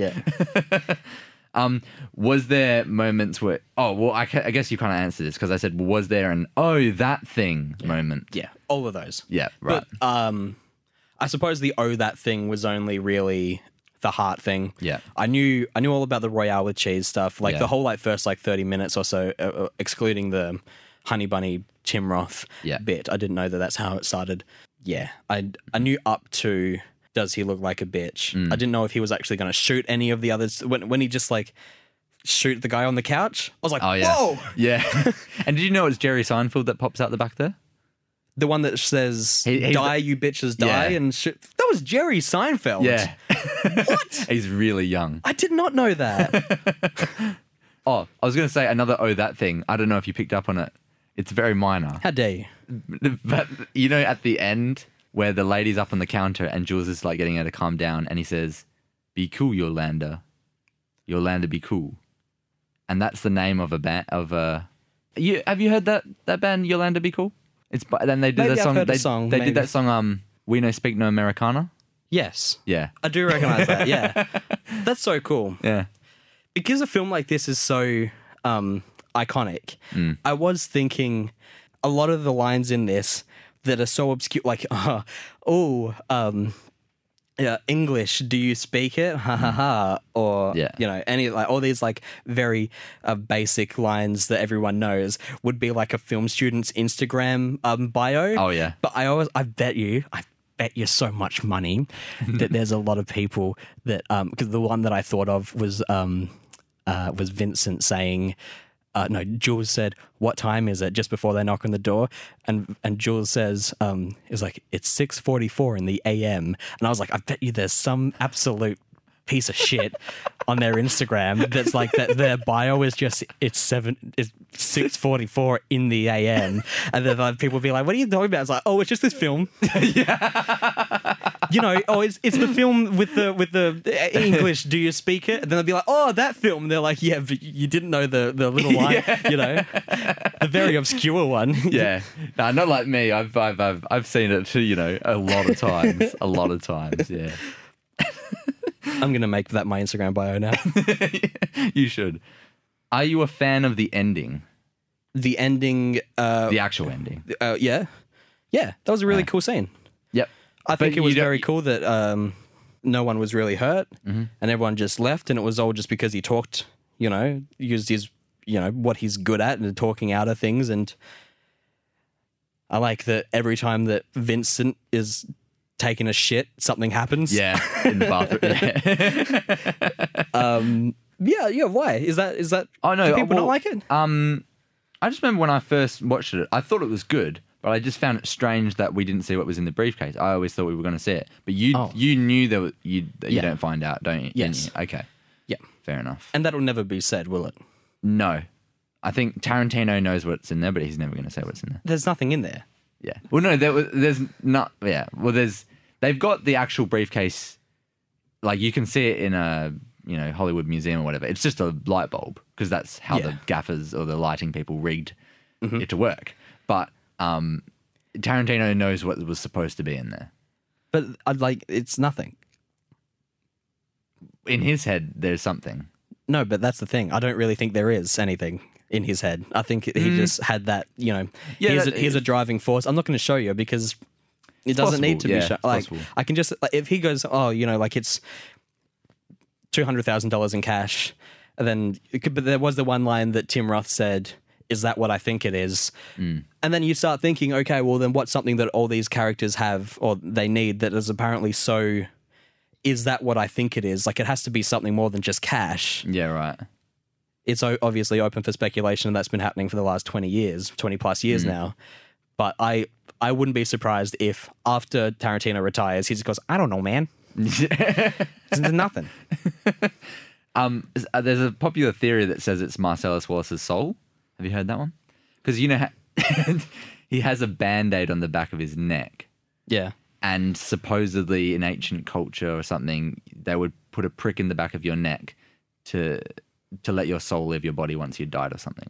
[SPEAKER 2] Um,
[SPEAKER 1] yeah.
[SPEAKER 2] Was there moments where? Oh well, I, ca- I guess you kind of answered this because I said, was there an oh that thing moment?
[SPEAKER 1] Yeah. All of those.
[SPEAKER 2] Yeah. Right.
[SPEAKER 1] But um, I suppose the oh that thing was only really the heart thing.
[SPEAKER 2] Yeah.
[SPEAKER 1] I knew I knew all about the Royale with cheese stuff. Like
[SPEAKER 2] Yeah.
[SPEAKER 1] the whole like first like thirty minutes or so, uh, uh, excluding the honey bunny Tim Roth
[SPEAKER 2] Yeah.
[SPEAKER 1] bit. I didn't know that that's how it started. Yeah, I I knew up to does he look like a bitch?
[SPEAKER 2] Mm.
[SPEAKER 1] I didn't know if he was actually going to shoot any of the others when when he just like shoot the guy on the couch. I was like,
[SPEAKER 2] Oh yeah.
[SPEAKER 1] whoa,
[SPEAKER 2] Yeah. and did you know it's Jerry Seinfeld that pops out the back there?
[SPEAKER 1] the one that says
[SPEAKER 2] He- he's
[SPEAKER 1] die you bitches die
[SPEAKER 2] Yeah.
[SPEAKER 1] and shoot. That was Jerry Seinfeld.
[SPEAKER 2] what? He's really young.
[SPEAKER 1] I did not know that.
[SPEAKER 2] Oh, I was going to say another oh that thing. I don't know if you picked up on it. It's very minor.
[SPEAKER 1] How dare you?
[SPEAKER 2] but you know at the end where the lady's up on the counter and Jules is like getting her to calm down and he says, "Be cool, Yolanda. Yolanda be cool." and that's the name of a band of a. You have you heard that that band Yolanda Be Cool? It's by, then they did
[SPEAKER 1] Maybe
[SPEAKER 2] that
[SPEAKER 1] I've
[SPEAKER 2] song.
[SPEAKER 1] heard the
[SPEAKER 2] they
[SPEAKER 1] song,
[SPEAKER 2] they
[SPEAKER 1] maybe.
[SPEAKER 2] did that song. Um, we no speak no Americana.
[SPEAKER 1] Yes.
[SPEAKER 2] Yeah,
[SPEAKER 1] I do recognize that. Yeah. That's so cool.
[SPEAKER 2] yeah.
[SPEAKER 1] because a film like this is so um, iconic, I was thinking a lot of the lines in this that are so obscure, like, uh, oh, um, yeah, English, do you speak it? Ha ha ha. Or,
[SPEAKER 2] Yeah.
[SPEAKER 1] you know, any, like, all these, like, very uh, basic lines that everyone knows would be like a film student's Instagram um, bio.
[SPEAKER 2] Oh, yeah.
[SPEAKER 1] But I always, I bet you, I bet you so much money that there's a lot of people that, um, because the one that I thought of was, um, uh, was Vincent saying, uh, no, Jules said, "What time is it?" Just before they knock on the door, and and Jules says, um, "Is like it's six forty four in the a.m." And I was like, "I bet you there's some absolute piece of shit on their Instagram that's like that their bio is just it's seven it's six forty four in the a.m." And then like, people be like, "What are you talking about?" It's like, "Oh, it's just this film." you know, oh, it's it's the film with the with the uh, English. Do you speak it? And then they'll be like, oh, that film. And they're like, yeah, but you didn't know the the little line, you know, the very obscure one.
[SPEAKER 2] Yeah, no, not like me. I've, I've, I've, I've seen it, you know, a lot of times, a lot of times. Yeah,
[SPEAKER 1] I'm gonna make that my Instagram bio now.
[SPEAKER 2] you should. Are you a fan of the ending,
[SPEAKER 1] the ending, uh,
[SPEAKER 2] the actual ending?
[SPEAKER 1] uh, yeah, yeah, that was a really cool scene.
[SPEAKER 2] Yep.
[SPEAKER 1] I think
[SPEAKER 2] But
[SPEAKER 1] it was
[SPEAKER 2] you don't- Mm-hmm.
[SPEAKER 1] very cool that um, no one was really hurt and everyone just left, and it was all just because he talked, you know, used his, you know, what he's good at and talking out of things. And I like that every time that Vincent is taking a shit, something happens.
[SPEAKER 2] Yeah, in the bathroom. Yeah.
[SPEAKER 1] Um, yeah, yeah. Why is that? Is that?
[SPEAKER 2] Oh no,
[SPEAKER 1] do people
[SPEAKER 2] well,
[SPEAKER 1] not like it.
[SPEAKER 2] Um, I just remember when I first watched it, I thought it was good, but I just found it strange that we didn't see what was in the briefcase. I always thought we were going to see it, but you,
[SPEAKER 1] Oh.
[SPEAKER 2] you knew that w- you, that you
[SPEAKER 1] Yeah.
[SPEAKER 2] don't find out, don't you? don't
[SPEAKER 1] Yes.
[SPEAKER 2] you? Okay.
[SPEAKER 1] Yeah,
[SPEAKER 2] Fair enough.
[SPEAKER 1] and that'll never be said, will it?
[SPEAKER 2] No, I think Tarantino knows what's in there, but he's never going to say what's in there.
[SPEAKER 1] There's nothing in there.
[SPEAKER 2] Yeah. Well, no, there was, there's not. Yeah. Well, there's they've got the actual briefcase. Like you can see it in a you know Hollywood museum or whatever. It's just a light bulb because that's how
[SPEAKER 1] Yeah.
[SPEAKER 2] the gaffers or the lighting people rigged it to work. But um, Tarantino knows what was supposed to be in there.
[SPEAKER 1] But I'd like it's nothing.
[SPEAKER 2] In his head, there's something.
[SPEAKER 1] No, but that's the thing. I don't really think there is anything in his head. I think he just had that, you know,
[SPEAKER 2] Mm. Yeah,
[SPEAKER 1] here's,
[SPEAKER 2] that-
[SPEAKER 1] a, here's a driving force. I'm not going to show you because it doesn't need
[SPEAKER 2] possible,
[SPEAKER 1] to
[SPEAKER 2] yeah,
[SPEAKER 1] be shown.
[SPEAKER 2] it's
[SPEAKER 1] Like,
[SPEAKER 2] possible.
[SPEAKER 1] I can just, like, if he goes, oh, you know, like it's $200,000 in cash, and then, it could- but there was the one line that Tim Roth said, is that what I think it is?
[SPEAKER 2] Mm.
[SPEAKER 1] And then you start thinking, okay, well, then what's something that all these characters have or they need that is apparently so. Is that what I think it is? Like, it has to be something more than just cash
[SPEAKER 2] Yeah. Right.
[SPEAKER 1] it's o- obviously open for speculation and that's been happening for the last 20 years 20 plus
[SPEAKER 2] Mm.
[SPEAKER 1] years now but i i wouldn't be surprised if after tarantino retires he just goes i don't know man It's nothing
[SPEAKER 2] Um, is- uh, there's a popular theory that says it's Marcellus Wallace's soul. Have you heard that one? Because you know ha- he has a band-aid on the back of his neck,
[SPEAKER 1] yeah
[SPEAKER 2] and supposedly in ancient culture or something, they would put a prick in the back of your neck to to let your soul leave your body once you died or something.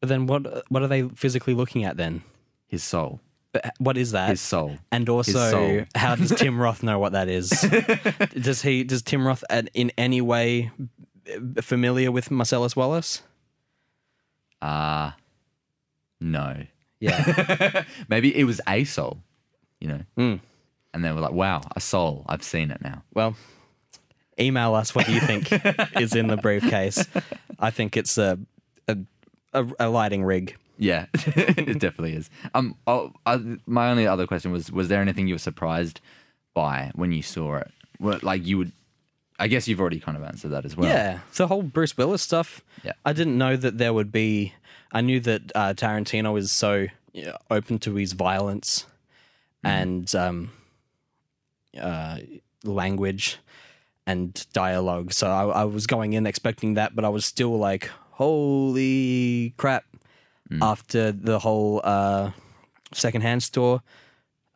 [SPEAKER 1] but then what what are they physically looking at then
[SPEAKER 2] His soul,
[SPEAKER 1] But h- what is that
[SPEAKER 2] his soul.
[SPEAKER 1] and also
[SPEAKER 2] soul.
[SPEAKER 1] how does tim roth know what that is does he does tim roth at- in any way uh, familiar with marcellus wallace
[SPEAKER 2] Ah, no.
[SPEAKER 1] yeah
[SPEAKER 2] Maybe it was a soul, you know.
[SPEAKER 1] Mm.
[SPEAKER 2] And they were like, "Wow, a soul! I've seen it now."
[SPEAKER 1] well email us what you think is in the briefcase i think it's a a, a, a lighting rig
[SPEAKER 2] Yeah, it definitely is. Um, oh, I, my only other question was: Was there anything you were surprised by when you saw it? What, like you would, I guess you've already kind of answered that as well.
[SPEAKER 1] yeah the whole bruce willis stuff
[SPEAKER 2] Yeah.
[SPEAKER 1] i didn't know that there would be i knew that uh, tarantino is so you know, open to his violence
[SPEAKER 2] Mm.
[SPEAKER 1] and um uh language and dialogue so I, I was going in expecting that but i was still like holy crap
[SPEAKER 2] Mm.
[SPEAKER 1] after the whole uh secondhand store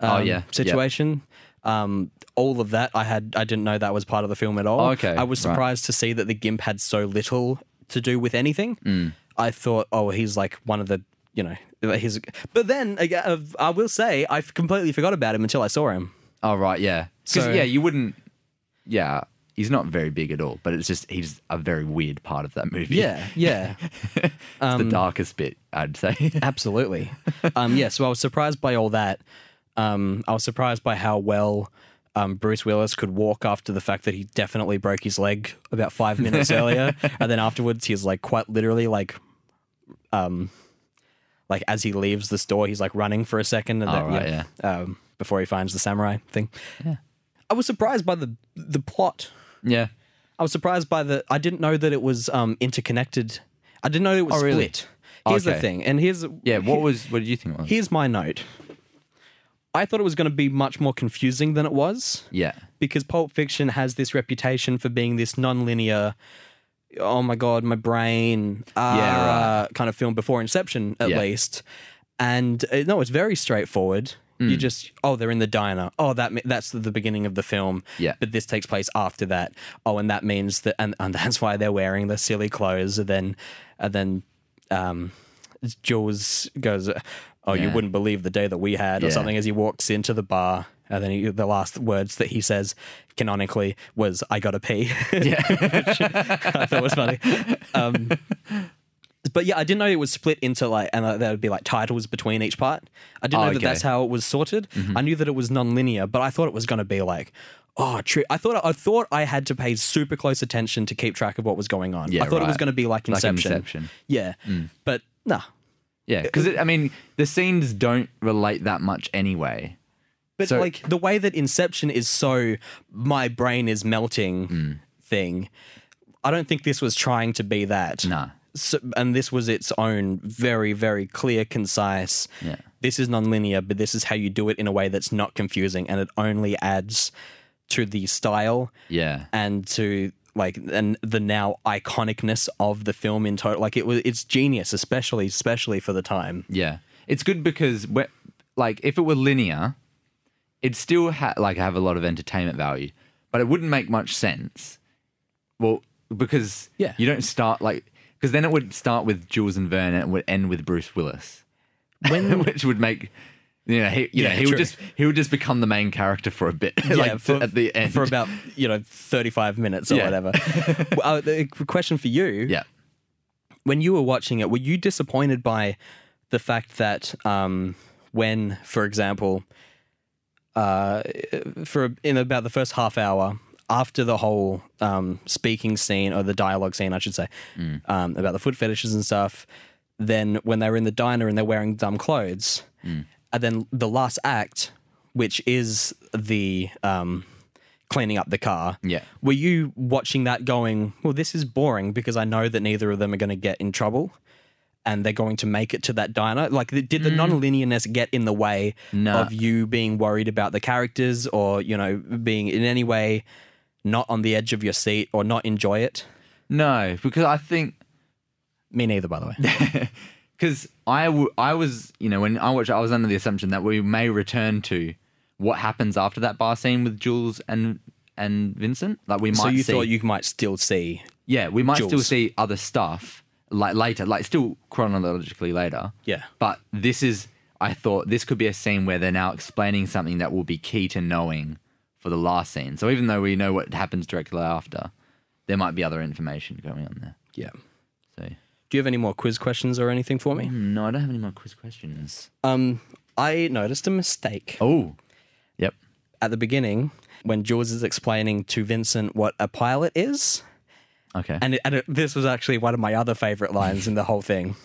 [SPEAKER 2] Oh,
[SPEAKER 1] um,
[SPEAKER 2] yeah.
[SPEAKER 1] situation. Um, all of that I had I didn't know that was part of the film at all.
[SPEAKER 2] Oh, okay.
[SPEAKER 1] I was
[SPEAKER 2] Right.
[SPEAKER 1] surprised to see that the gimp had so little to do with anything.
[SPEAKER 2] Mm.
[SPEAKER 1] I thought, oh, he's like one of the, you know, he's. But then aga- uh, I will say, I completely forgot about him until I saw him.
[SPEAKER 2] Oh right, yeah. 'Cause,
[SPEAKER 1] So-
[SPEAKER 2] yeah, you wouldn't. Yeah, he's not very big at all, but it's just he's a very weird part of that movie.
[SPEAKER 1] Yeah, um, yeah,
[SPEAKER 2] it's the darkest bit, I'd say.
[SPEAKER 1] absolutely. Um, yeah, so I was surprised by all that. Um, I was surprised by how well um, Bruce Willis could walk after the fact that he definitely broke his leg about five minutes earlier, and then afterwards he's like quite literally like, um, like as he leaves the store, he's like running for a second, and
[SPEAKER 2] Oh,
[SPEAKER 1] that,
[SPEAKER 2] right,
[SPEAKER 1] um, before he finds the samurai thing. I was surprised by the the plot
[SPEAKER 2] yeah.
[SPEAKER 1] I was surprised by the. I didn't know that it was um, interconnected. I didn't know it was
[SPEAKER 2] Oh, really?
[SPEAKER 1] split. Here's
[SPEAKER 2] Okay.
[SPEAKER 1] the thing, and here's
[SPEAKER 2] Yeah. What was? What did you think it was?
[SPEAKER 1] here's my note. I thought it was going to be much more confusing than it was
[SPEAKER 2] yeah.
[SPEAKER 1] because Pulp Fiction has this reputation for being this non-linear. Oh my god, my brain, uh,
[SPEAKER 2] Yeah,
[SPEAKER 1] kind of film before Inception at
[SPEAKER 2] Yeah.
[SPEAKER 1] least, and uh, no, it's very straightforward.
[SPEAKER 2] Mm.
[SPEAKER 1] You just oh, they're in the diner. Oh, that me- that's the beginning of the film.
[SPEAKER 2] Yeah.
[SPEAKER 1] but this takes place after that. Oh, and that means that, and, and that's why they're wearing the silly clothes. And then, and then, um, Jules goes, "Oh, you
[SPEAKER 2] Yeah.
[SPEAKER 1] wouldn't believe the day that we had," or
[SPEAKER 2] Yeah.
[SPEAKER 1] something as he walks into the bar. And then he, the last words that he says canonically was, "I gotta pee." Yeah, which I thought was funny. Um, but yeah, I didn't know it was split into like, and uh, there would be like titles between each part. I didn't
[SPEAKER 2] Oh,
[SPEAKER 1] know that
[SPEAKER 2] okay. Mm-hmm.
[SPEAKER 1] that's how it was sorted. I knew that it was non-linear, but I thought it was going to be like, oh, true. I thought I thought I had to pay super close attention to keep track of what was going on.
[SPEAKER 2] Yeah,
[SPEAKER 1] I thought it was
[SPEAKER 2] right.
[SPEAKER 1] going to be like
[SPEAKER 2] Like
[SPEAKER 1] Inception.
[SPEAKER 2] Inception. Mm.
[SPEAKER 1] Yeah, but nah.
[SPEAKER 2] Yeah. Because I mean, the scenes don't relate that much anyway.
[SPEAKER 1] But
[SPEAKER 2] So-
[SPEAKER 1] like the way that Inception is so my brain is melting
[SPEAKER 2] Mm.
[SPEAKER 1] thing, I don't think this was trying to be that.
[SPEAKER 2] Nah.
[SPEAKER 1] So, and this was its own very, very clear, concise.
[SPEAKER 2] Yeah.
[SPEAKER 1] This is nonlinear, but this is how you do it in a way that's not confusing, and it only adds to the style
[SPEAKER 2] Yeah.
[SPEAKER 1] and to like and the now iconicness of the film in total. Like it was, it's genius, especially especially for the time.
[SPEAKER 2] Yeah, it's good because we like if it were linear, it'd still ha- like have a lot of entertainment value, but it wouldn't make much sense. Well, because
[SPEAKER 1] Yeah.
[SPEAKER 2] you don't start like because then it would start with Jules and Verne and it would end with Bruce Willis,
[SPEAKER 1] When
[SPEAKER 2] which would make. You know, he, you
[SPEAKER 1] Yeah,
[SPEAKER 2] know, he
[SPEAKER 1] true.
[SPEAKER 2] would just he would just become the main character for a bit, like
[SPEAKER 1] yeah,
[SPEAKER 2] th-
[SPEAKER 1] for,
[SPEAKER 2] at the end.
[SPEAKER 1] for about you know thirty five minutes or
[SPEAKER 2] Yeah.
[SPEAKER 1] whatever. well, uh, the question for you:
[SPEAKER 2] yeah,
[SPEAKER 1] When you were watching it, were you disappointed by the fact that um, when, for example, uh, for in about the first half hour after the whole um, speaking scene or the dialogue scene, I should say, um, about the foot fetishes and stuff, then when they're in the diner and they're wearing dumb clothes, and then the last act, which is the um, cleaning up the car.
[SPEAKER 2] Yeah.
[SPEAKER 1] Were you watching that going, well, this is boring because I know that neither of them are going to get in trouble and they're going to make it to that diner? Like, th- did the non-linearness get in the way
[SPEAKER 2] Nah.
[SPEAKER 1] of you being worried about the characters or, you know, being in any way not on the edge of your seat or not enjoy it?
[SPEAKER 2] no, because I think
[SPEAKER 1] Me neither, by the way.
[SPEAKER 2] because I, w- I was you know when I watched it, I was under the assumption that we may return to what happens after that bar scene with Jules and and Vincent like we might
[SPEAKER 1] so you
[SPEAKER 2] see
[SPEAKER 1] thought you might still see.
[SPEAKER 2] yeah we might still
[SPEAKER 1] Jules.
[SPEAKER 2] see other stuff like later like still chronologically later
[SPEAKER 1] Yeah.
[SPEAKER 2] but this is I thought this could be a scene where they're now explaining something that will be key to knowing for the last scene so even though we know what happens directly after there might be other information going on there
[SPEAKER 1] Yeah.
[SPEAKER 2] so
[SPEAKER 1] Do you have any more quiz questions or anything for me?
[SPEAKER 2] no I don't have any more quiz questions
[SPEAKER 1] Um, I noticed a mistake.
[SPEAKER 2] oh yep
[SPEAKER 1] at the beginning when Jules is explaining to Vincent what a pilot is.
[SPEAKER 2] okay
[SPEAKER 1] And, it, and it, this was actually one of my other favorite lines in the whole thing,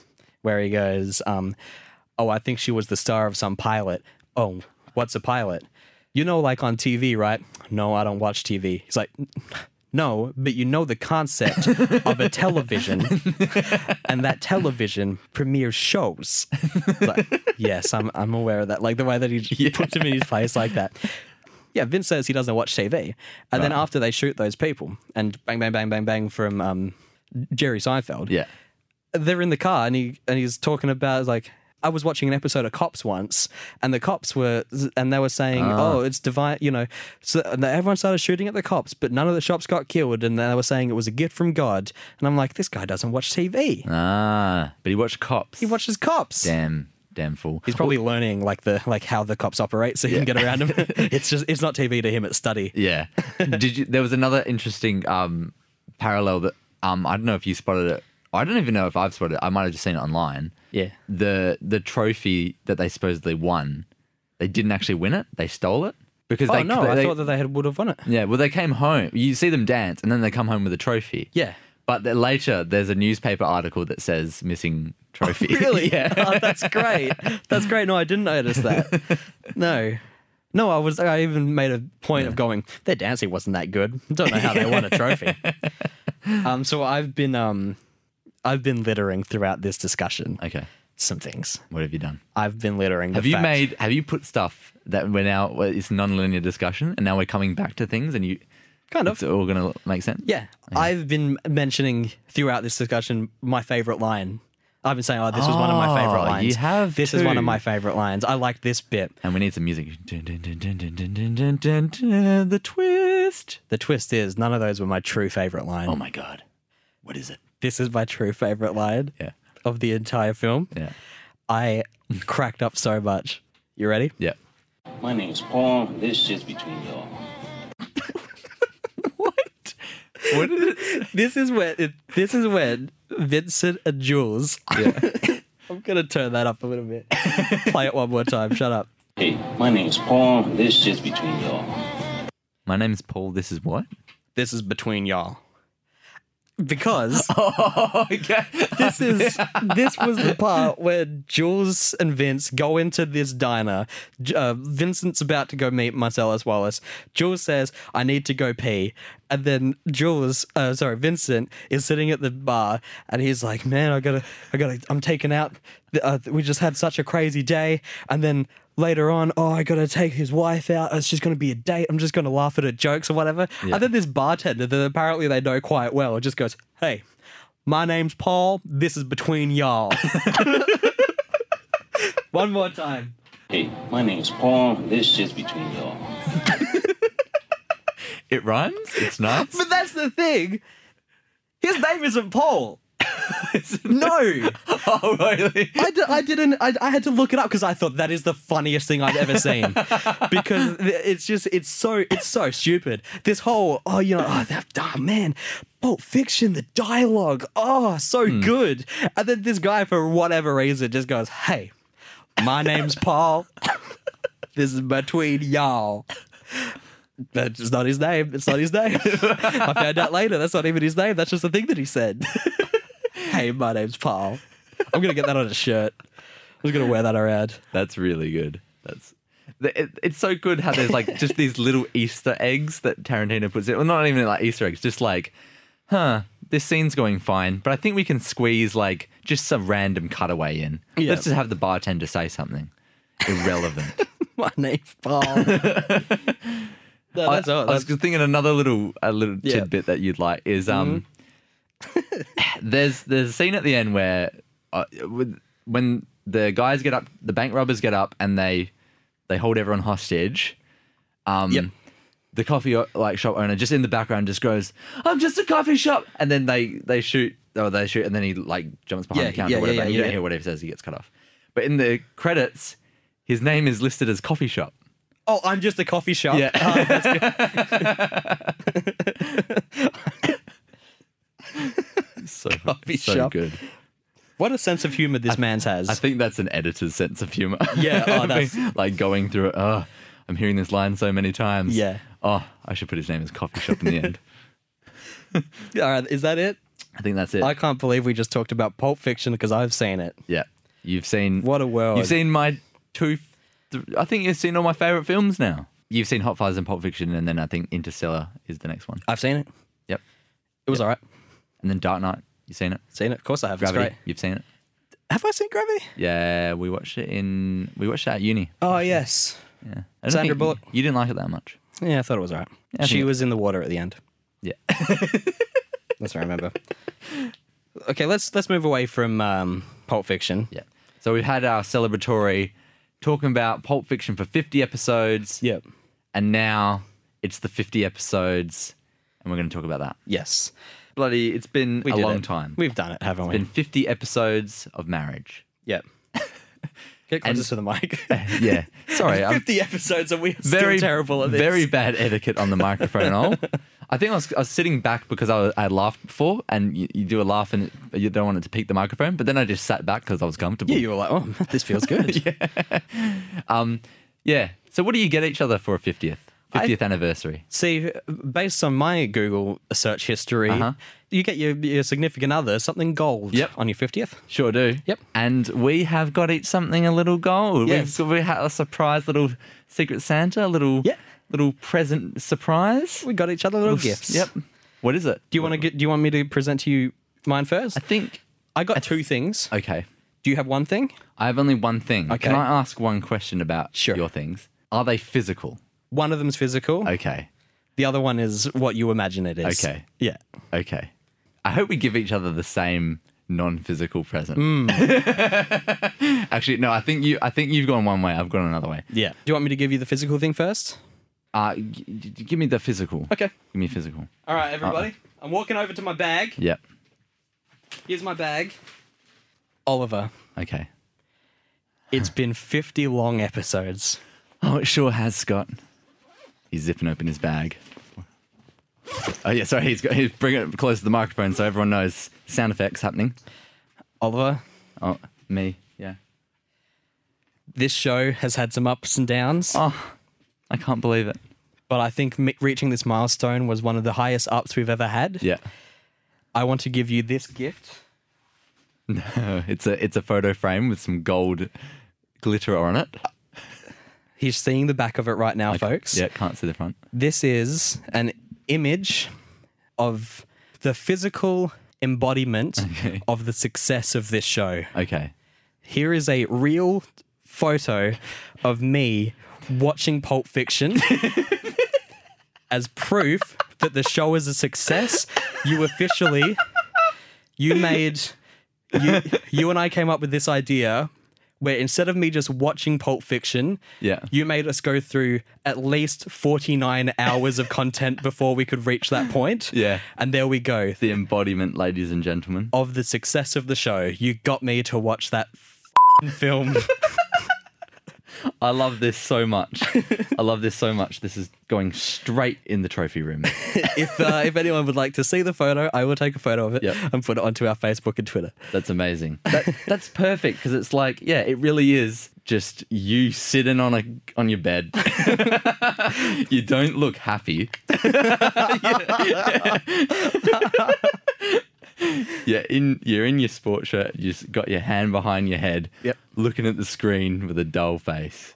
[SPEAKER 1] where he goes, um, Oh, I think she was the star of some pilot. Oh, what's a pilot? You know, like on TV, right? No, I don't watch TV. He's like, No, but you know the concept of a television, and that television premieres shows. It's like, yes, I'm, I'm aware of that. Like the way that he puts him in his place like that. Yeah, Vince says he doesn't watch TV. And then after they shoot those people and bang, bang, bang, bang, bang from um, Jerry Seinfeld,
[SPEAKER 2] Yeah.
[SPEAKER 1] they're in the car and he and he's talking about like I was watching an episode of Cops once, and the cops were, and they were saying, "Oh, it's divine," you know. So and everyone started shooting at the cops, but none of the cops got killed, and they were saying it was a gift from God. And I'm like, this guy doesn't watch TV.
[SPEAKER 2] Ah, but he watched Cops.
[SPEAKER 1] He watches Cops.
[SPEAKER 2] damn, damn fool.
[SPEAKER 1] He's probably learning like the like how the cops operate, so he can get around them. it's just it's not TV to him; it's study.
[SPEAKER 2] Yeah. Did you? There was another interesting um, parallel that um, I don't know if you spotted it. I don't even know if I've spotted it. I might have just seen it online.
[SPEAKER 1] Yeah.
[SPEAKER 2] The the trophy that they supposedly won, they didn't actually win it. They stole it because
[SPEAKER 1] Oh
[SPEAKER 2] they,
[SPEAKER 1] no,
[SPEAKER 2] they-
[SPEAKER 1] I thought that they had would have won it.
[SPEAKER 2] yeah. Well, they came home. You see them dance, and then they come home with a trophy.
[SPEAKER 1] Yeah.
[SPEAKER 2] But then later, there's a newspaper article that says missing trophy.
[SPEAKER 1] Really?
[SPEAKER 2] yeah.
[SPEAKER 1] Oh, that's great. That's great. No, I didn't notice that. No. No, I was. I even made a point of going. Their dancing wasn't that good. Don't know how they won a trophy. um. So I've been um, I've been littering throughout this discussion.
[SPEAKER 2] Okay.
[SPEAKER 1] Some things
[SPEAKER 2] What have you done?
[SPEAKER 1] I've been littering.
[SPEAKER 2] Have you made? Have you put stuff that we're now? well, It's non-linear discussion, and now we're coming back to things, and you
[SPEAKER 1] kind of?
[SPEAKER 2] it's all gonna make sense.
[SPEAKER 1] Yeah. I've been mentioning throughout this discussion my favorite line. I've been saying, oh, this was one of my favorite
[SPEAKER 2] Oh,
[SPEAKER 1] lines.
[SPEAKER 2] you have
[SPEAKER 1] This is one
[SPEAKER 2] too.
[SPEAKER 1] of my favorite lines. I like this bit.
[SPEAKER 2] And we need some music. Dun, dun, dun, dun, dun, dun, dun, dun, dun, dun, The twist.
[SPEAKER 1] The twist is, none of those were my true favorite line.
[SPEAKER 2] Oh my god, what is it?
[SPEAKER 1] This is my true favorite line
[SPEAKER 2] Yeah,
[SPEAKER 1] of the entire film.
[SPEAKER 2] yeah,
[SPEAKER 1] I cracked up so much. You ready?
[SPEAKER 2] yeah.
[SPEAKER 4] My name's Paul, and this shit's between y'all.
[SPEAKER 2] What is it?
[SPEAKER 1] This is when it, this is when Vincent and Jules. I'm gonna turn that up a little bit. Play it one more time. Shut up.
[SPEAKER 4] Hey, my name's Paul, and this shit's between y'all.
[SPEAKER 2] My name's Paul. This is what?
[SPEAKER 1] This is between y'all. Because
[SPEAKER 2] Oh, okay.
[SPEAKER 1] this is this was the part where Jules and Vince go into this diner. J- Uh, Vincent's about to go meet Marcellus Wallace. Jules says, "I need to go pee," and then Jules, uh, sorry, Vincent is sitting at the bar, and he's like, "Man, I gotta, I gotta, I'm taken out. Uh, we just had such a crazy day, and then." Later on, oh, I gotta take his wife out. It's just gonna be a date. I'm just gonna laugh at her jokes or whatever. And then this bartender that apparently they know quite well just goes, Hey, my name's Paul. This is between y'all. One more time.
[SPEAKER 4] Hey, my name's Paul, and this shit's between y'all.
[SPEAKER 2] It rhymes. It's nice.
[SPEAKER 1] But that's the thing. His name isn't Paul. no,
[SPEAKER 2] oh, really?
[SPEAKER 1] I, d- I didn't. I, I had to look it up because I thought that is the funniest thing I've ever seen. because th- it's just it's so it's so stupid. This whole oh you know oh, that, oh man, Pulp Fiction the dialogue oh so good. And then this guy for whatever reason just goes hey, my name's Paul. this is between y'all. That's just not his name. It's not his name. I found out later. That's not even his name. That's just the thing that he said. hey, my name's Paul. I'm gonna get that on a shirt. I'm gonna wear that around.
[SPEAKER 2] That's really good. That's th- it, it's so good how there's like just these little Easter eggs that Tarantino puts in. Well, not even like Easter eggs, just like, huh, this scene's going fine, but I think we can squeeze like just some random cutaway in.
[SPEAKER 1] Yeah.
[SPEAKER 2] Let's just have the bartender say something irrelevant.
[SPEAKER 1] My name's Paul. no, that's
[SPEAKER 2] I,
[SPEAKER 1] all.
[SPEAKER 2] I was
[SPEAKER 1] That's,
[SPEAKER 2] just thinking another little a little
[SPEAKER 1] Yeah. Mm-hmm.
[SPEAKER 2] tidbit that you'd like is um there's there's a scene at the end where uh, with- when the guys get up the bank robbers get up and they they hold everyone hostage um
[SPEAKER 1] Yep.
[SPEAKER 2] the coffee o- like shop owner just in the background just goes I'm just a coffee shop and then they they shoot oh they shoot and then he like jumps behind
[SPEAKER 1] Yeah,
[SPEAKER 2] the counter
[SPEAKER 1] yeah,
[SPEAKER 2] or
[SPEAKER 1] yeah,
[SPEAKER 2] whatever
[SPEAKER 1] yeah,
[SPEAKER 2] you don't
[SPEAKER 1] yeah.
[SPEAKER 2] hear whatever he says he gets cut off but in the credits his name is listed as coffee shop
[SPEAKER 1] oh, I'm just a coffee shop.
[SPEAKER 2] Yeah.
[SPEAKER 1] Oh, that's good.
[SPEAKER 2] so
[SPEAKER 1] Coffee
[SPEAKER 2] so
[SPEAKER 1] shop.
[SPEAKER 2] good
[SPEAKER 1] What a sense of humor this man's has.
[SPEAKER 2] I think that's an editor's sense of humor.
[SPEAKER 1] Yeah, oh,
[SPEAKER 2] I mean,
[SPEAKER 1] that's-
[SPEAKER 2] like going through it. Oh, I'm hearing this line so many times.
[SPEAKER 1] Yeah.
[SPEAKER 2] Oh, I should put his name as coffee shop in the end.
[SPEAKER 1] all right, is that it?
[SPEAKER 2] I think that's it.
[SPEAKER 1] I can't believe we just talked about Pulp Fiction because I've seen it.
[SPEAKER 2] yeah. You've seen
[SPEAKER 1] What a world.
[SPEAKER 2] You've seen my two. Th- I think you've seen all my favorite films now. You've seen Hot Fuzz and Pulp Fiction, and then I think Interstellar is the next one.
[SPEAKER 1] I've seen it.
[SPEAKER 2] Yep.
[SPEAKER 1] It was all right.
[SPEAKER 2] And then Dark Knight. You've seen it.
[SPEAKER 1] Seen it. Of course I have. It's
[SPEAKER 2] Gravity.
[SPEAKER 1] great.
[SPEAKER 2] You've seen it.
[SPEAKER 1] Have I seen Gravity?
[SPEAKER 2] Yeah, we watched it in. We watched that at uni.
[SPEAKER 1] Oh yes.
[SPEAKER 2] Yeah. I don't
[SPEAKER 1] Sandra
[SPEAKER 2] think-
[SPEAKER 1] Bullock.
[SPEAKER 2] You didn't like it that much.
[SPEAKER 1] Yeah, I thought it was all right.
[SPEAKER 2] I
[SPEAKER 1] she
[SPEAKER 2] think-
[SPEAKER 1] was in the water at the end.
[SPEAKER 2] Yeah.
[SPEAKER 1] That's what I remember. okay, let's let's move away from um, Pulp Fiction.
[SPEAKER 2] Yeah. So we've had our celebratory talking about Pulp Fiction for 50 episodes.
[SPEAKER 1] Yep.
[SPEAKER 2] And now it's the 50 episodes, and we're going to talk about that.
[SPEAKER 1] Yes.
[SPEAKER 2] Bloody, it's been
[SPEAKER 1] We
[SPEAKER 2] a
[SPEAKER 1] did
[SPEAKER 2] long
[SPEAKER 1] it.
[SPEAKER 2] time.
[SPEAKER 1] We've done it, haven't we?
[SPEAKER 2] been 50 episodes of marriage.
[SPEAKER 1] Yep. Get closer to the mic.
[SPEAKER 2] Yeah. Sorry, I'm
[SPEAKER 1] 50 episodes and we're
[SPEAKER 2] very
[SPEAKER 1] still terrible at this.
[SPEAKER 2] Very bad etiquette on the microphone. and all. I think I was, I was sitting back because I, was, I laughed before, and you, you do a laugh and it, you don't want it to peak the microphone. But then I just sat back because I was comfortable.
[SPEAKER 1] Yeah, you were like, oh, this feels good.
[SPEAKER 2] Yeah. So what do you get each other for a fiftieth?
[SPEAKER 1] I-
[SPEAKER 2] Fiftieth anniversary.
[SPEAKER 1] See, based on my Google search history,
[SPEAKER 2] Uh-huh.
[SPEAKER 1] you get your, your significant other something gold
[SPEAKER 2] Yep.
[SPEAKER 1] on your 50th.
[SPEAKER 2] Sure do.
[SPEAKER 1] Yep.
[SPEAKER 2] And we have got each something a little gold.
[SPEAKER 1] Yes.
[SPEAKER 2] We've, we had a surprise little secret Santa, a little
[SPEAKER 1] Yeah.
[SPEAKER 2] little present surprise.
[SPEAKER 1] We got each other little gifts.
[SPEAKER 2] Yep. What is it?
[SPEAKER 1] Do you want to get? Do you want me to present to you mine first?
[SPEAKER 2] I think.
[SPEAKER 1] I got two things.
[SPEAKER 2] Okay.
[SPEAKER 1] Do you have one thing?
[SPEAKER 2] I have only one thing.
[SPEAKER 1] Okay.
[SPEAKER 2] Can I ask one question about
[SPEAKER 1] Sure.
[SPEAKER 2] your things? Are they physical?
[SPEAKER 1] One of them's physical.
[SPEAKER 2] Okay.
[SPEAKER 1] The other one is what you imagine it is.
[SPEAKER 2] Okay.
[SPEAKER 1] Yeah.
[SPEAKER 2] Okay. I hope we give each other the same non-physical present.
[SPEAKER 1] Hmm.
[SPEAKER 2] Actually, no. I think you. I think you've gone one way. I've gone another way.
[SPEAKER 1] Yeah. Do you want me to give you the physical thing first?
[SPEAKER 2] Uh, g- g- give me the physical.
[SPEAKER 1] Okay.
[SPEAKER 2] Give me physical.
[SPEAKER 1] All right, everybody. I'm walking over to my bag.
[SPEAKER 2] Yep.
[SPEAKER 1] Here's my bag. Oliver,
[SPEAKER 2] Okay.
[SPEAKER 1] it's been 50 long episodes.
[SPEAKER 2] Oh, it sure has, Scott. He's zipping open his bag. Oh yeah, sorry. He's got. He's bringing it close to the microphone so everyone knows sound effects happening.
[SPEAKER 1] Oliver,
[SPEAKER 2] Oh, me. Yeah.
[SPEAKER 1] this show has had some ups and downs,
[SPEAKER 2] Oh, I can't believe it.
[SPEAKER 1] but I think mi- reaching this milestone was one of the highest ups we've ever had.
[SPEAKER 2] Yeah.
[SPEAKER 1] I want to give you this gift.
[SPEAKER 2] No, it's a it's a photo frame with some gold glitter on it.
[SPEAKER 1] He's seeing the back of it right now, folks.
[SPEAKER 2] Yeah, can't see the front.
[SPEAKER 1] This is an image of the physical embodiment
[SPEAKER 2] Okay.
[SPEAKER 1] of the success of this show.
[SPEAKER 2] Okay.
[SPEAKER 1] Here is a real photo of me watching Pulp Fiction as proof that the show is a success. You officially, you made, you, you and I came up with this idea where instead of me just watching Pulp Fiction,
[SPEAKER 2] Yeah.
[SPEAKER 1] you made us go through at least 49 hours of content before we could reach that point.
[SPEAKER 2] Yeah.
[SPEAKER 1] And there we go.
[SPEAKER 2] The embodiment, ladies and gentlemen.
[SPEAKER 1] Of the success of the show, you got me to watch that f***ing film.
[SPEAKER 2] I love this so much. I love this so much. This is going straight in the trophy room.
[SPEAKER 1] if uh, if anyone would like to see the photo, I will take a photo of it
[SPEAKER 2] Yep.
[SPEAKER 1] and put it onto our Facebook and Twitter.
[SPEAKER 2] That's amazing. That, that's perfect because it's like, yeah, it really is just you sitting on a on your bed. you don't look happy. yeah, in you're in your sport shirt. You just got your hand behind your head.
[SPEAKER 1] Yep.
[SPEAKER 2] Looking at the screen with a dull face.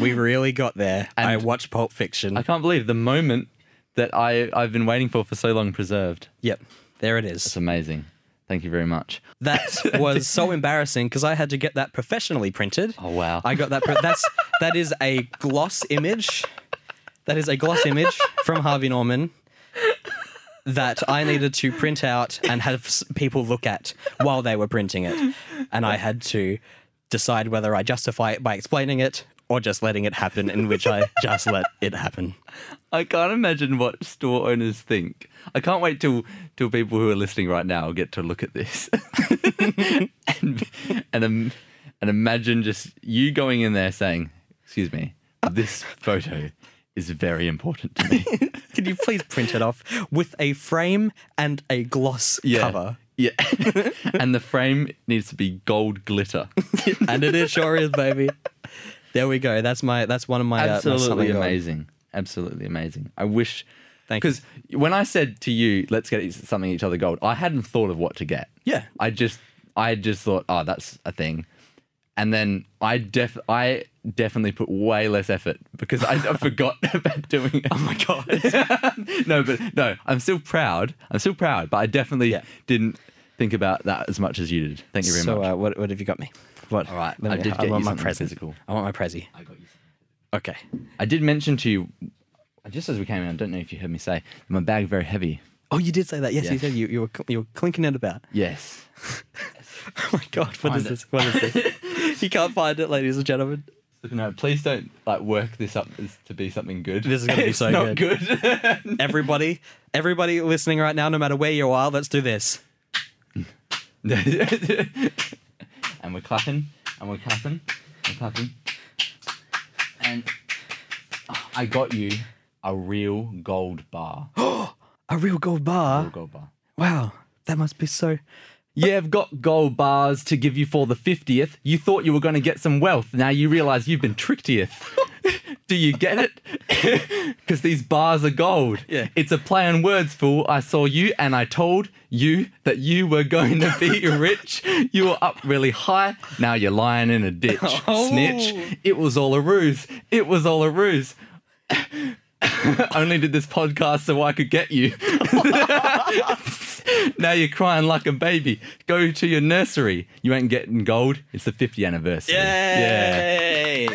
[SPEAKER 1] We really got there. I watched Pulp Fiction.
[SPEAKER 2] I can't believe the moment that I I've been waiting for for so long preserved.
[SPEAKER 1] yep, there it
[SPEAKER 2] It's
[SPEAKER 1] is.
[SPEAKER 2] amazing. Thank you very much.
[SPEAKER 1] That was so embarrassing because I had to get that professionally printed.
[SPEAKER 2] Oh wow.
[SPEAKER 1] I got that. Pre- that's that is a gloss image. That is a gloss image from Harvey Norman that I needed to print out and have s- people look at while they were printing it, and I had to decide whether I justify it by explaining it or just letting it happen, in which I just let it happen.
[SPEAKER 2] I can't imagine what store owners think. I can't wait till till people who are listening right now get to look at this and and, um, and imagine just you going in there saying, "Excuse me, this photo is very important to me."
[SPEAKER 1] Could you please print it off with a frame and a gloss cover?
[SPEAKER 2] yeah, and the frame needs to be gold glitter.
[SPEAKER 1] And it is sure is, baby. There we go. That's my. That's one of my. uh, my
[SPEAKER 2] Absolutely
[SPEAKER 1] something goals.
[SPEAKER 2] amazing. Absolutely amazing. I wish.
[SPEAKER 1] Thank you.
[SPEAKER 2] Because when I said to you, let's get each- something each other gold, I hadn't thought of what to get.
[SPEAKER 1] Yeah.
[SPEAKER 2] I just I just thought, oh, that's a thing. And then I def I definitely put way less effort because I, I forgot about doing it. Oh my god. no, but no, I'm still proud. I'm still proud, but I definitely
[SPEAKER 1] Yeah.
[SPEAKER 2] didn't think about that as much as you did. Thank you very
[SPEAKER 1] so,
[SPEAKER 2] much.
[SPEAKER 1] uh, what, what have you got me? What? All
[SPEAKER 2] right, I did get you
[SPEAKER 1] want my
[SPEAKER 2] something
[SPEAKER 1] present.
[SPEAKER 2] physical.
[SPEAKER 1] I want my prezi. I got you. Okay.
[SPEAKER 2] I did mention to you just as we came in, I don't know if you heard me say, my bag very heavy.
[SPEAKER 1] Oh, you did say that. Yes,
[SPEAKER 2] Yeah.
[SPEAKER 1] you said you, you were cl- you were clinking it about.
[SPEAKER 2] Yes.
[SPEAKER 1] Oh my god, what is
[SPEAKER 2] Find it.
[SPEAKER 1] this? What is this? you can't find it, ladies and gentlemen.
[SPEAKER 2] No, please don't like work this up as to be something good.
[SPEAKER 1] This is gonna be
[SPEAKER 2] It's
[SPEAKER 1] so
[SPEAKER 2] not good.
[SPEAKER 1] Everybody, everybody listening right now, no matter where you are, let's do this.
[SPEAKER 2] and we're clapping, and we're clapping, and clapping. And I got you a real gold bar.
[SPEAKER 1] A real gold bar.
[SPEAKER 2] real gold bar.
[SPEAKER 1] Wow, that must be so.
[SPEAKER 2] You've got gold bars to give you for the 50th. You thought you were going to get some wealth. Now you realize you've been tricked. Do you get it? Because these bars are gold.
[SPEAKER 1] Yeah.
[SPEAKER 2] It's a play on words, fool. I saw you and I told you that you were going to be rich. You were up really high. Now you're lying in a ditch. Snitch. It was all a ruse. It was all a ruse. Only did this podcast so I could get you. now you're crying like a baby. Go to your nursery. You ain't getting gold. It's the 50th anniversary. Yeah.
[SPEAKER 1] Yay!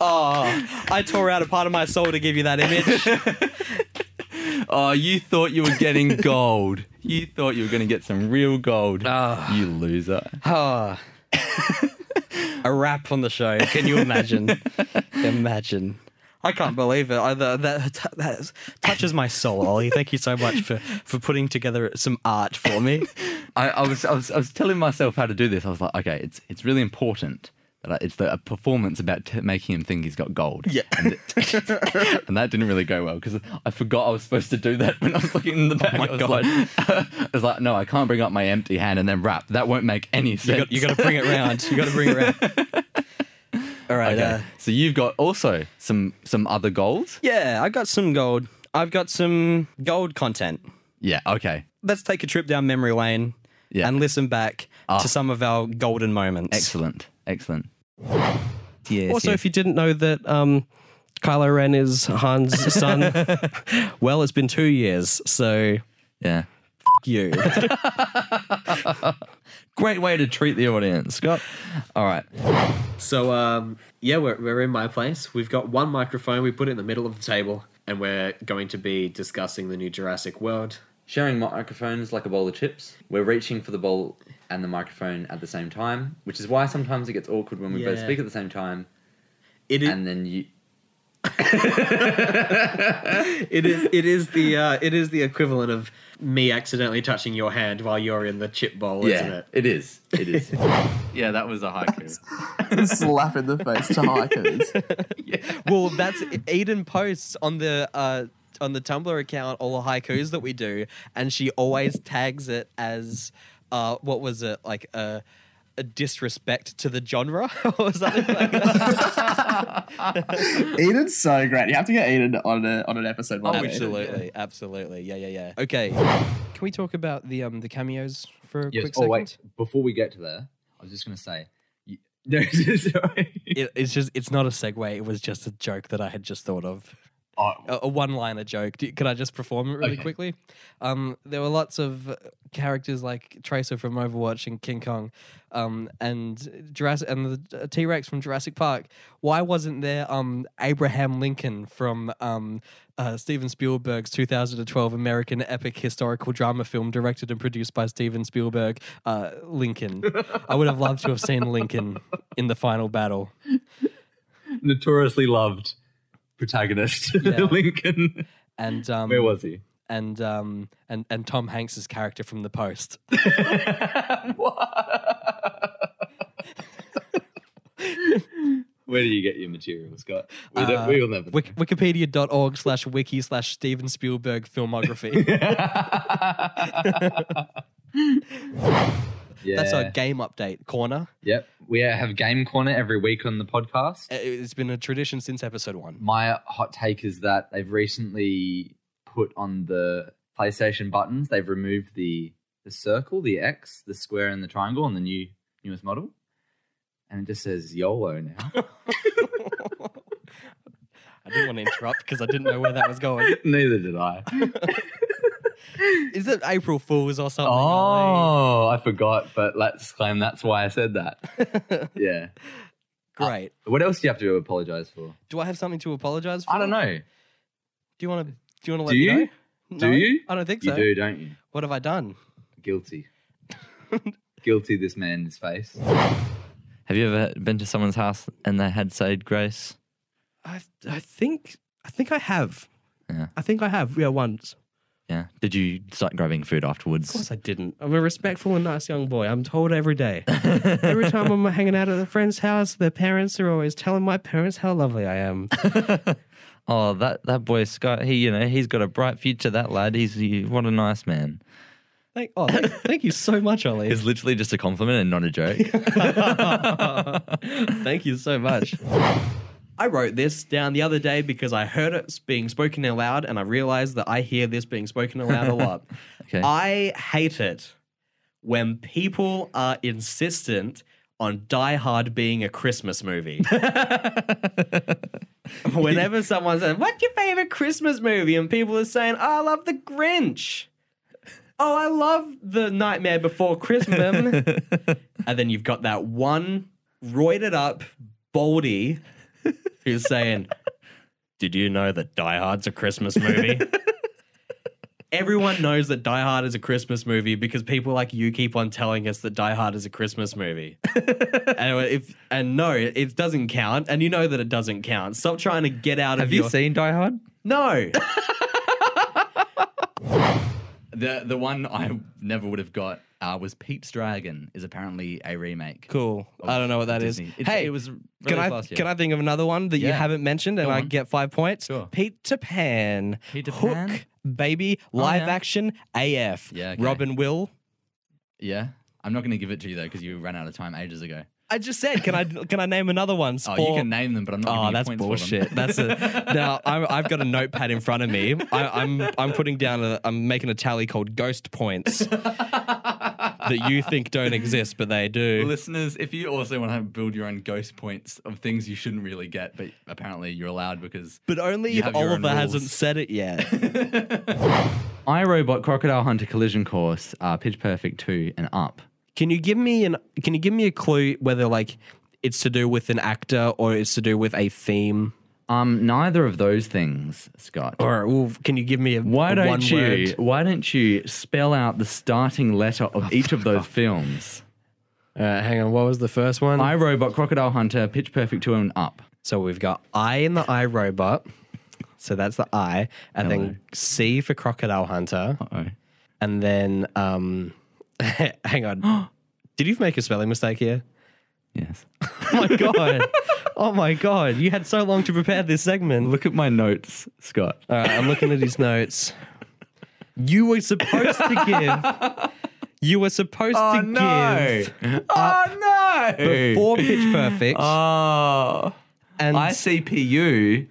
[SPEAKER 1] oh, I tore out a part of my soul to give you that image.
[SPEAKER 2] Oh, you thought you were getting gold. You thought you were going to get some real gold.
[SPEAKER 1] Ah.
[SPEAKER 2] You loser.
[SPEAKER 1] Oh. a rap on the show. Can you imagine? imagine. I can't believe it. I, that, that, that touches my soul, Ollie. Thank you so much for, for putting together some art for me.
[SPEAKER 2] I, I, was, I was I was telling myself how to do this. I was like, okay, it's it's really important that I, it's the, a performance about t- making him think he's got gold. Yeah. And, it- and that didn't really go well because I forgot I was supposed to do that when I was looking in the back.
[SPEAKER 1] Oh my
[SPEAKER 2] I was
[SPEAKER 1] God.
[SPEAKER 2] like, I was like, no, I can't bring up my empty hand and then rap. That won't make any
[SPEAKER 1] You
[SPEAKER 2] sense.
[SPEAKER 1] got, you got to bring it round. You got to bring it round. All right.
[SPEAKER 2] Okay.
[SPEAKER 1] Uh,
[SPEAKER 2] so you've got also some some other goals.
[SPEAKER 1] yeah, I got some gold. I've got some gold content.
[SPEAKER 2] Yeah. Okay.
[SPEAKER 1] Let's take a trip down memory lane
[SPEAKER 2] Yeah.
[SPEAKER 1] and listen back to some of our golden moments.
[SPEAKER 2] Excellent. Excellent. Yes,
[SPEAKER 3] Also,
[SPEAKER 2] yes.
[SPEAKER 3] if you didn't know that um, Kylo Ren is Han's son,
[SPEAKER 1] Well, it's been two years, so
[SPEAKER 2] Yeah.
[SPEAKER 1] f- you.
[SPEAKER 2] Great way to treat the audience, Scott. All right.
[SPEAKER 5] So um, yeah, we're, we're in my place. We've got one microphone. We put it in the middle of the table, and we're going to be discussing the new Jurassic World.
[SPEAKER 2] Sharing microphones like a bowl of chips. We're reaching for the bowl and the microphone at the same time, which is why sometimes it gets awkward when we both
[SPEAKER 5] Yeah.
[SPEAKER 2] speak at the same time.
[SPEAKER 5] It is
[SPEAKER 2] And then you.
[SPEAKER 5] it is it is the uh, it is the equivalent of me accidentally touching your hand while you're in the chip bowl, isn't
[SPEAKER 2] Yeah,
[SPEAKER 5] it?
[SPEAKER 2] it is. It is. yeah, that was a haiku.
[SPEAKER 6] slap in the face to hikers.
[SPEAKER 1] well, that's Eden posts on the uh, on the Tumblr account all the haikus that we do, and she always tags it as uh, what was it like a, a disrespect to the genre or something like that.
[SPEAKER 6] Eden's so great. You have to get Eden on a, on an episode
[SPEAKER 5] Oh,
[SPEAKER 6] one day.
[SPEAKER 1] absolutely, absolutely, yeah, yeah, yeah. Okay,
[SPEAKER 3] can we talk about the um, the cameos for a
[SPEAKER 2] Yes.
[SPEAKER 3] quick
[SPEAKER 2] Oh,
[SPEAKER 3] second?
[SPEAKER 2] wait. Before we get to there, I was just going to say. You... No, sorry.
[SPEAKER 1] it, it's just it's not a segue. It was just a joke that I had just thought of.
[SPEAKER 2] Oh,
[SPEAKER 1] a, a one-liner joke. Do, could I just perform it really
[SPEAKER 2] Okay.
[SPEAKER 1] quickly?
[SPEAKER 3] Um, there were lots of uh, characters like Tracer from Overwatch and King Kong, um, and Jurassic and the T Rex from Jurassic Park. Why wasn't there um, Abraham Lincoln from um, uh, Steven Spielberg's 2012 American epic historical drama film directed and produced by Steven Spielberg? Uh, Lincoln. I would have loved to have seen Lincoln in the final battle.
[SPEAKER 2] notoriously loved protagonist Lincoln.
[SPEAKER 3] And um,
[SPEAKER 2] Where was he?
[SPEAKER 3] and um, and and Tom Hanks's character from The Post.
[SPEAKER 2] Where do you get your material, Scott? We, don't, we will never. know.
[SPEAKER 3] Wik- Wikipedia.org slash wiki slash Steven Spielberg filmography.
[SPEAKER 2] yeah.
[SPEAKER 3] That's our game update corner.
[SPEAKER 2] Yep. We have game corner every week on the podcast.
[SPEAKER 3] Uh, It's been a tradition since episode one.
[SPEAKER 2] My hot take is that they've recently put on the PlayStation buttons. They've removed the the circle, the X, the square, and the triangle on the new newest model, and it just says YOLO now.
[SPEAKER 3] I didn't want to interrupt because I didn't know where that was going.
[SPEAKER 2] Neither did I.
[SPEAKER 3] Is it April Fools or something? Ollie?
[SPEAKER 2] Oh, I forgot, but let's claim that's why I said that. yeah.
[SPEAKER 3] Great.
[SPEAKER 2] What else do you have to apologize for?
[SPEAKER 3] Do I have something to apologize for?
[SPEAKER 2] I don't know.
[SPEAKER 3] Do you want to do you want
[SPEAKER 2] Do
[SPEAKER 3] to let me
[SPEAKER 2] you?
[SPEAKER 3] know?
[SPEAKER 2] Do
[SPEAKER 3] No,
[SPEAKER 2] you?
[SPEAKER 3] I don't think
[SPEAKER 2] You
[SPEAKER 3] so.
[SPEAKER 2] do, don't you?
[SPEAKER 3] What have I done?
[SPEAKER 2] Guilty. guilty this man is face.
[SPEAKER 7] Have you ever been to someone's house and they had said grace?
[SPEAKER 1] I I think I think I have.
[SPEAKER 7] Yeah.
[SPEAKER 1] I think I have. Yeah, once.
[SPEAKER 7] Yeah. Did you start grabbing food
[SPEAKER 1] Of course
[SPEAKER 7] afterwards?
[SPEAKER 1] I didn't. I'm a respectful and nice young boy. I'm told every day. every time I'm hanging out at a friend's house, their parents are always telling my parents how lovely I am.
[SPEAKER 7] Oh, that that boy Scott. He, you know, he's got a bright future. That lad. He's he, what a nice man.
[SPEAKER 1] thank, oh, thank, thank you so much, Ollie.
[SPEAKER 7] It's literally just a compliment and not a joke.
[SPEAKER 1] Thank you so much. I wrote this down the other day because I heard it being spoken aloud and I realized that I hear this being spoken aloud a lot.
[SPEAKER 7] Okay.
[SPEAKER 1] I hate it when people are insistent on Die Hard being a Christmas movie. Whenever someone says, What's your favorite Christmas movie? and people are saying, oh, I love The Grinch. Oh, I love The Nightmare Before Christmas. And then you've got that one roided up baldy who's saying, Did you know that Die Hard's a Christmas movie? Everyone knows that Die Hard is a Christmas movie because people like you keep on telling us that Die Hard is a Christmas movie. and if and no, it doesn't count, and you know that it doesn't count. Stop trying to get out of
[SPEAKER 7] Have
[SPEAKER 1] your
[SPEAKER 7] you seen Die Hard?
[SPEAKER 1] No.
[SPEAKER 2] The the one I never would have got uh, was Pete's Dragon is apparently a remake.
[SPEAKER 1] Cool. I don't know what that is.
[SPEAKER 2] Disney. It's-
[SPEAKER 1] Hey,
[SPEAKER 2] it was
[SPEAKER 1] can
[SPEAKER 2] released
[SPEAKER 1] I
[SPEAKER 2] last year.
[SPEAKER 1] can I think of another one that you
[SPEAKER 2] Yeah.
[SPEAKER 1] haven't mentioned and
[SPEAKER 2] Go
[SPEAKER 1] I
[SPEAKER 2] on.
[SPEAKER 1] get five points?
[SPEAKER 2] Sure.
[SPEAKER 1] Peter Pan.
[SPEAKER 2] Peter Pan? Oh,
[SPEAKER 1] Hook, baby, live
[SPEAKER 2] yeah.
[SPEAKER 1] action, AF.
[SPEAKER 2] Yeah, okay.
[SPEAKER 1] Robin Will.
[SPEAKER 2] Yeah, I'm not going to give it to you though because you ran out of time ages ago.
[SPEAKER 1] I just said, can I can I name another one?
[SPEAKER 2] Oh,
[SPEAKER 1] for-
[SPEAKER 2] you can name them, but I'm not. giving
[SPEAKER 1] Oh,
[SPEAKER 2] you
[SPEAKER 1] that's
[SPEAKER 2] points for them.
[SPEAKER 1] bullshit. That's a now. I'm, I've got a notepad in front of me. I, I'm I'm putting down a. I'm making a tally called ghost points that you think don't exist, but they do.
[SPEAKER 2] Listeners, if you also want to build your own ghost points of things you shouldn't really get, but apparently you're allowed because
[SPEAKER 1] But only
[SPEAKER 2] You
[SPEAKER 1] if
[SPEAKER 2] have your own
[SPEAKER 1] Oliver hasn't
[SPEAKER 2] rules.
[SPEAKER 1] said it yet.
[SPEAKER 2] iRobot Crocodile Hunter Collision Course, uh, Pitch Perfect 2 and Up.
[SPEAKER 1] Can you give me an can you give me a clue whether like it's to do with an actor or it's to do with a theme?
[SPEAKER 2] Um, neither of those things, Scott.
[SPEAKER 1] Or ooh, can you give me a
[SPEAKER 2] Why
[SPEAKER 1] a
[SPEAKER 2] don't
[SPEAKER 1] one
[SPEAKER 2] you?
[SPEAKER 1] word?
[SPEAKER 2] Why don't you spell out the starting letter of each of those films?
[SPEAKER 1] Uh, hang on, what was the first one?
[SPEAKER 2] I Robot, Crocodile Hunter, Pitch Perfect Two, and Up.
[SPEAKER 1] so we've got I in the I robot. So that's the I, and then C for crocodile hunter,
[SPEAKER 2] Oh,
[SPEAKER 1] and then um, hang on. Did you make a spelling mistake here?
[SPEAKER 2] yes.
[SPEAKER 1] Oh my god! oh my god! You had so long to prepare this segment.
[SPEAKER 2] Look at my notes, Scott.
[SPEAKER 1] All right, I'm looking at his notes. You were supposed to give. You were supposed to give
[SPEAKER 2] Oh no!
[SPEAKER 1] before Pitch Perfect,
[SPEAKER 2] Oh,
[SPEAKER 1] and
[SPEAKER 2] ICPU,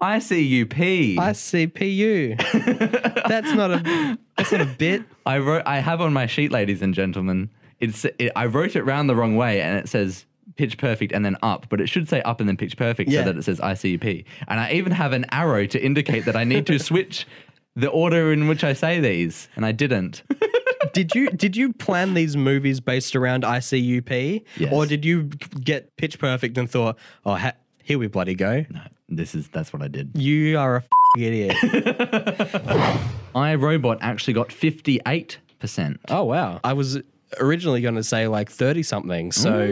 [SPEAKER 2] ICUP.
[SPEAKER 1] ICPU. that's not a. That's not a bit.
[SPEAKER 2] I wrote. I have on my sheet, ladies and gentlemen. It's. It, I wrote it round the wrong way, and it says pitch perfect and then up, but it should say up and then pitch perfect
[SPEAKER 1] Yeah.
[SPEAKER 2] so that it says ICP. And I even have an arrow to indicate that I need to switch the order in which I say these, and I didn't.
[SPEAKER 1] Did you did you plan these movies based around ICUP,
[SPEAKER 2] Yes.
[SPEAKER 1] or did you get Pitch Perfect and thought, oh, ha- here we bloody go?
[SPEAKER 2] This is. That's what I did.
[SPEAKER 1] You are a f- idiot.
[SPEAKER 2] I robot actually got fifty eight percent.
[SPEAKER 1] oh wow! I was originally going to say like thirty something, so I, I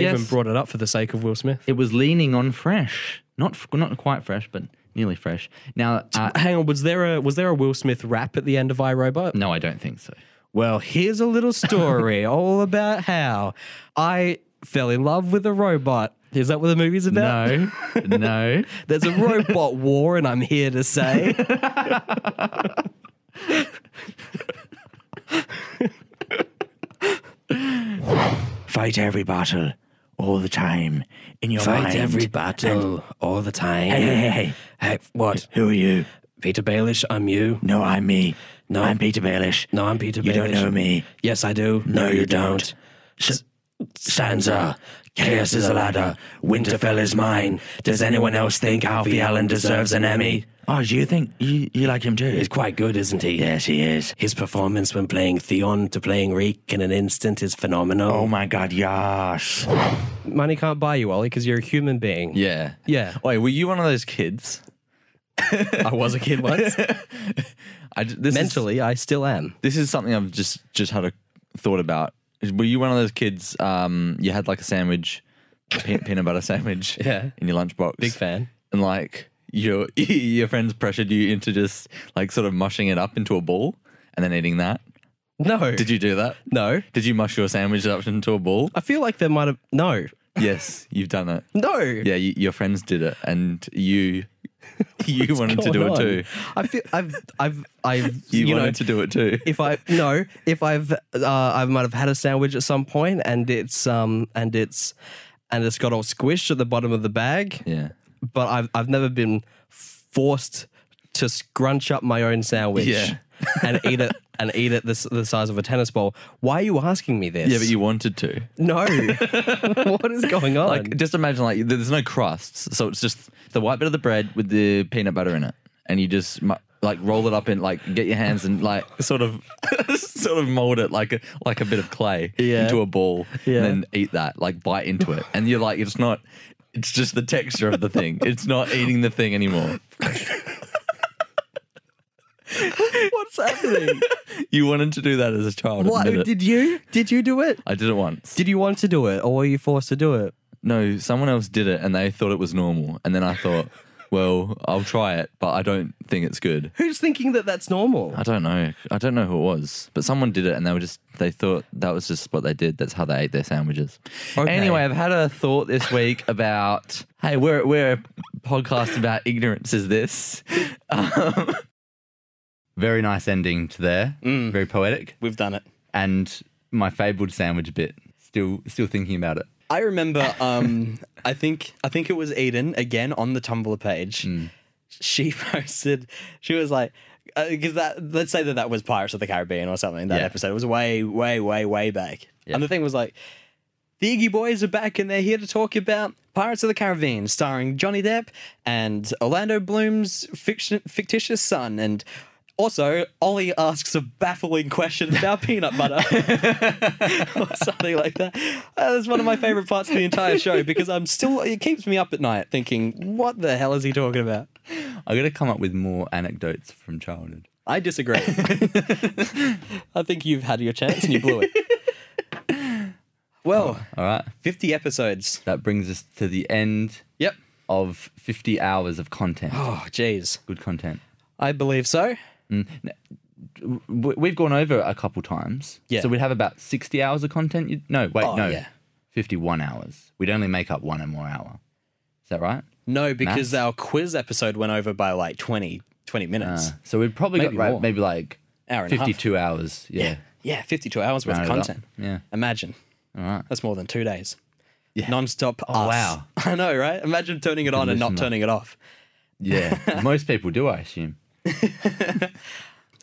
[SPEAKER 1] even
[SPEAKER 2] yes.
[SPEAKER 1] brought it up for the sake of Will Smith.
[SPEAKER 2] It was leaning on fresh, not f- not quite fresh, but nearly fresh. Now, uh,
[SPEAKER 1] Hang on, was there a was there a Will Smith rap at the end of iRobot?
[SPEAKER 2] no, I don't think so.
[SPEAKER 1] Well, here's a little story all about how I fell in love with a robot. Is that what the movie's about?
[SPEAKER 2] No, no.
[SPEAKER 1] There's a robot war, and I'm here to say.
[SPEAKER 8] Fight every battle all the time in your mind.
[SPEAKER 1] battle all the time.
[SPEAKER 8] Hey, hey, hey, hey.
[SPEAKER 1] Hey, what?
[SPEAKER 8] Who are you?
[SPEAKER 1] Peter Baelish, I'm you.
[SPEAKER 8] No, I'm me.
[SPEAKER 1] No.
[SPEAKER 8] I'm Peter Baelish.
[SPEAKER 1] No, I'm Peter
[SPEAKER 8] you don't
[SPEAKER 1] Baelish.
[SPEAKER 8] know me.
[SPEAKER 1] Yes, I do.
[SPEAKER 8] No, you don't. S- Sansa, chaos is a ladder. Winterfell is mine. Does anyone else think Alfie Allen deserves an Emmy? Oh, do you think you, you like him too?
[SPEAKER 9] He's quite good, isn't he?
[SPEAKER 8] Yes, he is.
[SPEAKER 9] His performance when playing Theon to playing Reek in an instant is phenomenal.
[SPEAKER 8] Oh my God, yes.
[SPEAKER 1] Money can't buy you, Ollie, because you're a human being.
[SPEAKER 7] yeah.
[SPEAKER 1] Yeah.
[SPEAKER 7] Wait, were you one of those kids?
[SPEAKER 1] I was a kid once.
[SPEAKER 7] I, j- this is-
[SPEAKER 1] Mentally, I still am.
[SPEAKER 7] this is something I've just just had a thought about
[SPEAKER 2] Were you one of those kids? Um, you had like a sandwich, a pe- peanut butter sandwich,
[SPEAKER 3] Yeah.
[SPEAKER 2] in your lunchbox.
[SPEAKER 3] Big fan.
[SPEAKER 2] and like your your friends pressured you into just like sort of mushing it up into a ball and then eating that.
[SPEAKER 1] No.
[SPEAKER 2] Did you do that?
[SPEAKER 1] No.
[SPEAKER 2] Did you mush your sandwich up into a ball?
[SPEAKER 1] I feel like there might have. No.
[SPEAKER 2] yes, you've done it.
[SPEAKER 1] No.
[SPEAKER 2] Yeah, you, your friends did it, and you you wanted to do
[SPEAKER 1] Going
[SPEAKER 2] it
[SPEAKER 1] on.
[SPEAKER 2] too.
[SPEAKER 1] I feel I've I've I've
[SPEAKER 2] You,
[SPEAKER 1] you,
[SPEAKER 2] wanted
[SPEAKER 1] know
[SPEAKER 2] to do it too.
[SPEAKER 1] if I no if I've uh, I might have had a sandwich at some point and it's um and it's and it's got all squished at the bottom of the bag
[SPEAKER 2] yeah.
[SPEAKER 1] but I've I've never been forced to scrunch up my own sandwich
[SPEAKER 2] Yeah.
[SPEAKER 1] and eat it and eat it the, s- the size of a tennis ball. Why are you asking me this?
[SPEAKER 2] Yeah, but you wanted to.
[SPEAKER 1] no. what is going on?
[SPEAKER 2] Like, just imagine like there's no crusts, so it's just the white bit of the bread with the peanut butter in it, and you just mu- like roll it up and like get your hands and like sort of sort of mold it like a, like a bit of clay
[SPEAKER 1] Yeah.
[SPEAKER 2] into a ball,
[SPEAKER 1] Yeah.
[SPEAKER 2] and then eat that, like bite into it, and you're like it's not. It's just the texture of the thing. It's not eating the thing anymore.
[SPEAKER 1] What's happening?
[SPEAKER 2] You wanted to do that as a child.
[SPEAKER 1] what
[SPEAKER 2] admit it.
[SPEAKER 1] did you did you do it?
[SPEAKER 2] I did it once.
[SPEAKER 1] Did you want to do it or were you forced to do it?
[SPEAKER 2] no, someone else did it and they thought it was normal. And then I thought, well, I'll try it, but I don't think it's good.
[SPEAKER 1] Who's thinking that that's normal?
[SPEAKER 2] I don't know. I don't know who it was, but someone did it and they were just, they thought that was just what they did. That's how they ate their sandwiches.
[SPEAKER 1] Okay.
[SPEAKER 2] Anyway, I've had a thought this week about, hey, we're, we're a podcast about ignorance, is this? Um, very nice ending to there. Very poetic.
[SPEAKER 1] We've done it.
[SPEAKER 2] And my fabled sandwich bit. Still, still thinking about it.
[SPEAKER 1] I remember. Um, I think I think it was Eden again on the Tumblr page. She posted. She was like, because that let's say that that was Pirates of the Caribbean or something. That
[SPEAKER 2] Yeah.
[SPEAKER 1] episode it was way, way, way, way back. And the thing was like, the Iggy Boys are back and they're here to talk about Pirates of the Caribbean, starring Johnny Depp and Orlando Bloom's fiction, fictitious son. And also, Ollie asks a baffling question about peanut butter or something like that. Uh, That's one of my favorite parts of the entire show because I'm still, it keeps me up at night thinking, what the hell is he talking about?
[SPEAKER 2] I gotta come up with more anecdotes from childhood.
[SPEAKER 1] I disagree. I think you've had your chance and you blew it. Well,
[SPEAKER 2] All right,
[SPEAKER 1] 50 episodes.
[SPEAKER 2] that brings us to the end
[SPEAKER 1] Yep.
[SPEAKER 2] of 50 hours of content.
[SPEAKER 1] Oh, jeez.
[SPEAKER 2] Good content.
[SPEAKER 1] I believe so.
[SPEAKER 2] W- We've gone over a couple times.
[SPEAKER 1] Yeah.
[SPEAKER 2] So we'd have about 60 hours of content. You- No, wait,
[SPEAKER 1] Oh,
[SPEAKER 2] no.
[SPEAKER 1] yeah.
[SPEAKER 2] 51 hours. We'd only make up one more hour. Is that right?
[SPEAKER 1] No, because
[SPEAKER 2] Maths?
[SPEAKER 1] our quiz episode went over by like 20, 20 minutes.
[SPEAKER 2] Uh, so we'd probably
[SPEAKER 1] Maybe
[SPEAKER 2] got right,
[SPEAKER 1] more.
[SPEAKER 2] maybe like
[SPEAKER 1] Hour and a half.
[SPEAKER 2] 52 hours. Yeah.
[SPEAKER 1] yeah, 52 hours worth of
[SPEAKER 2] Round it up.
[SPEAKER 1] content.
[SPEAKER 2] Yeah.
[SPEAKER 1] Imagine.
[SPEAKER 2] All right.
[SPEAKER 1] That's more than two days.
[SPEAKER 2] Yeah.
[SPEAKER 1] Non-stop
[SPEAKER 2] Oh,
[SPEAKER 1] us.
[SPEAKER 2] wow.
[SPEAKER 1] I know, right? Imagine turning it on and
[SPEAKER 2] listen
[SPEAKER 1] not
[SPEAKER 2] up.
[SPEAKER 1] turning it off.
[SPEAKER 2] Yeah. Most people do, I assume.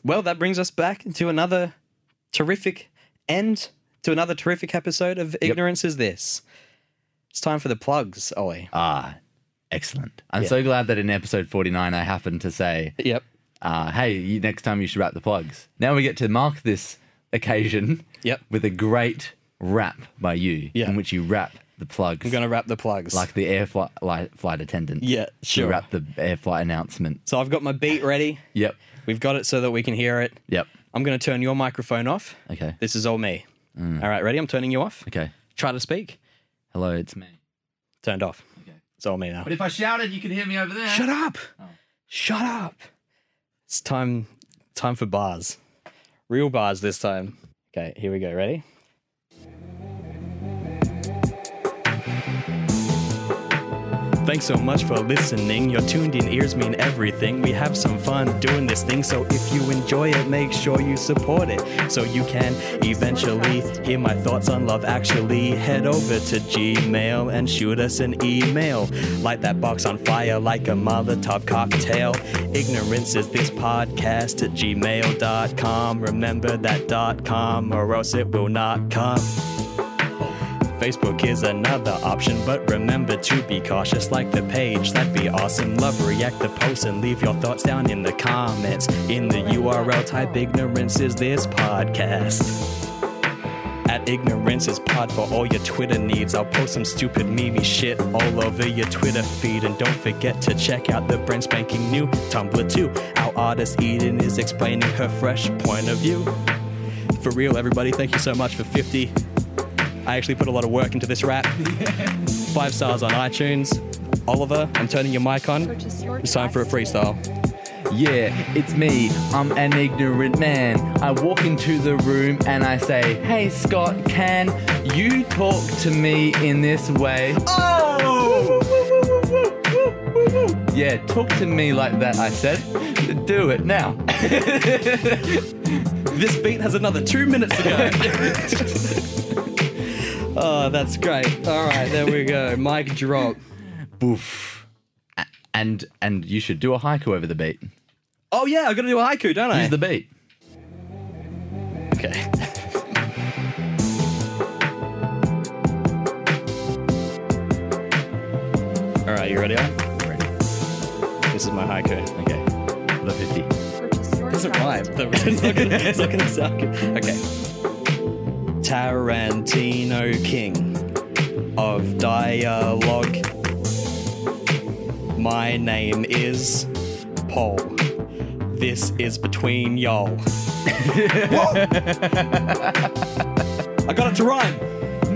[SPEAKER 1] Well, that brings us back to another terrific end to another terrific episode of Ignorance is This. It's time for the plugs, Ollie.
[SPEAKER 2] Ah, excellent. I'm so glad that in episode 49, I happened to say,
[SPEAKER 1] yep.
[SPEAKER 2] uh, hey, you, next time you should wrap the plugs. Now we get to mark this occasion
[SPEAKER 1] Yep.
[SPEAKER 2] with a great rap by you,
[SPEAKER 1] Yeah.
[SPEAKER 2] in which you wrap the plugs
[SPEAKER 1] I'm going to wrap the plugs.
[SPEAKER 2] like the air flight, light, flight attendant.
[SPEAKER 1] Yeah, sure.
[SPEAKER 2] You wrap the air flight announcement.
[SPEAKER 1] so I've got my beat ready.
[SPEAKER 2] Yep.
[SPEAKER 1] We've got it so that we can hear it.
[SPEAKER 2] Yep.
[SPEAKER 1] I'm going to turn your microphone off.
[SPEAKER 2] Okay.
[SPEAKER 1] This is all me. All right, ready? I'm turning you off.
[SPEAKER 2] Okay.
[SPEAKER 1] Mm. Try to speak.
[SPEAKER 2] Hello, it's me.
[SPEAKER 1] Turned off. It's all me now.
[SPEAKER 2] But if I shouted, you could hear me over there. Oh.
[SPEAKER 1] Shut up. Shut up. It's time time for bars. Real bars this time. Okay, here we go. Ready? Thanks so much for listening. Your tuned in ears mean everything. We have some fun doing this thing, so if you enjoy it, make sure you support it so you can eventually hear my thoughts on love. Actually, head over to Gmail and shoot us an email. Light that box on fire like a Molotov cocktail. Ignorance is this podcast at gmail.com. Remember that dot com, or else it will not come. Facebook is another option, but remember to be cautious. Like the page, that'd be awesome. Love, react the post, and leave your thoughts down in the comments. In the URL, type ignorance is this podcast. At ignorance is pod for all your Twitter needs. I'll post some stupid meme shit all over your Twitter feed. And don't forget to check out the brand spanking new Tumblr too. Our artist Eden is explaining her fresh point of view. For real, everybody, thank you so much for 50. I actually put a lot of work into this rap. Five stars on iTunes. Oliver, I'm turning your mic on. It's time for a freestyle.
[SPEAKER 2] Yeah, it's me. I'm an ignorant man. I walk into the room and I say, Hey, Scott, can you talk to me in this way? Oh! Yeah, talk to me like that, I said. Do it now.
[SPEAKER 1] This beat has another two minutes to go. oh, that's great. All right, there we go. Mic drop.
[SPEAKER 2] Boof. A- And and you should do a haiku over the beat.
[SPEAKER 1] Oh, yeah, I gotta do a haiku, don't I?
[SPEAKER 2] Use the beat.
[SPEAKER 1] Okay. All right, you ready? Ready. This is my haiku.
[SPEAKER 2] Okay. The 50.
[SPEAKER 1] doesn't rhyme. though. It's not gonna- it's not gonna sound good. Okay. Tarantino King of dialogue. My name is Paul. This is between y'all. Whoa! I got it to rhyme.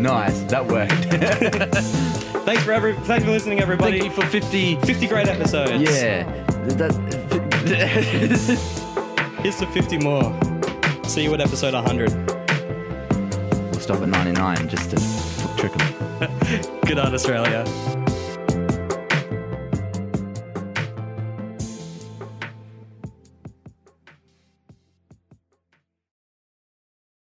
[SPEAKER 2] Nice. That worked.
[SPEAKER 1] Thanks for every thanks for listening, everybody.
[SPEAKER 2] Thank you for 50.
[SPEAKER 1] 50 great episodes.
[SPEAKER 2] Yeah. That-
[SPEAKER 1] Here's to 50 more. See you at episode 100.
[SPEAKER 2] we'll stop at 99 just to trick them.
[SPEAKER 1] Good on Australia.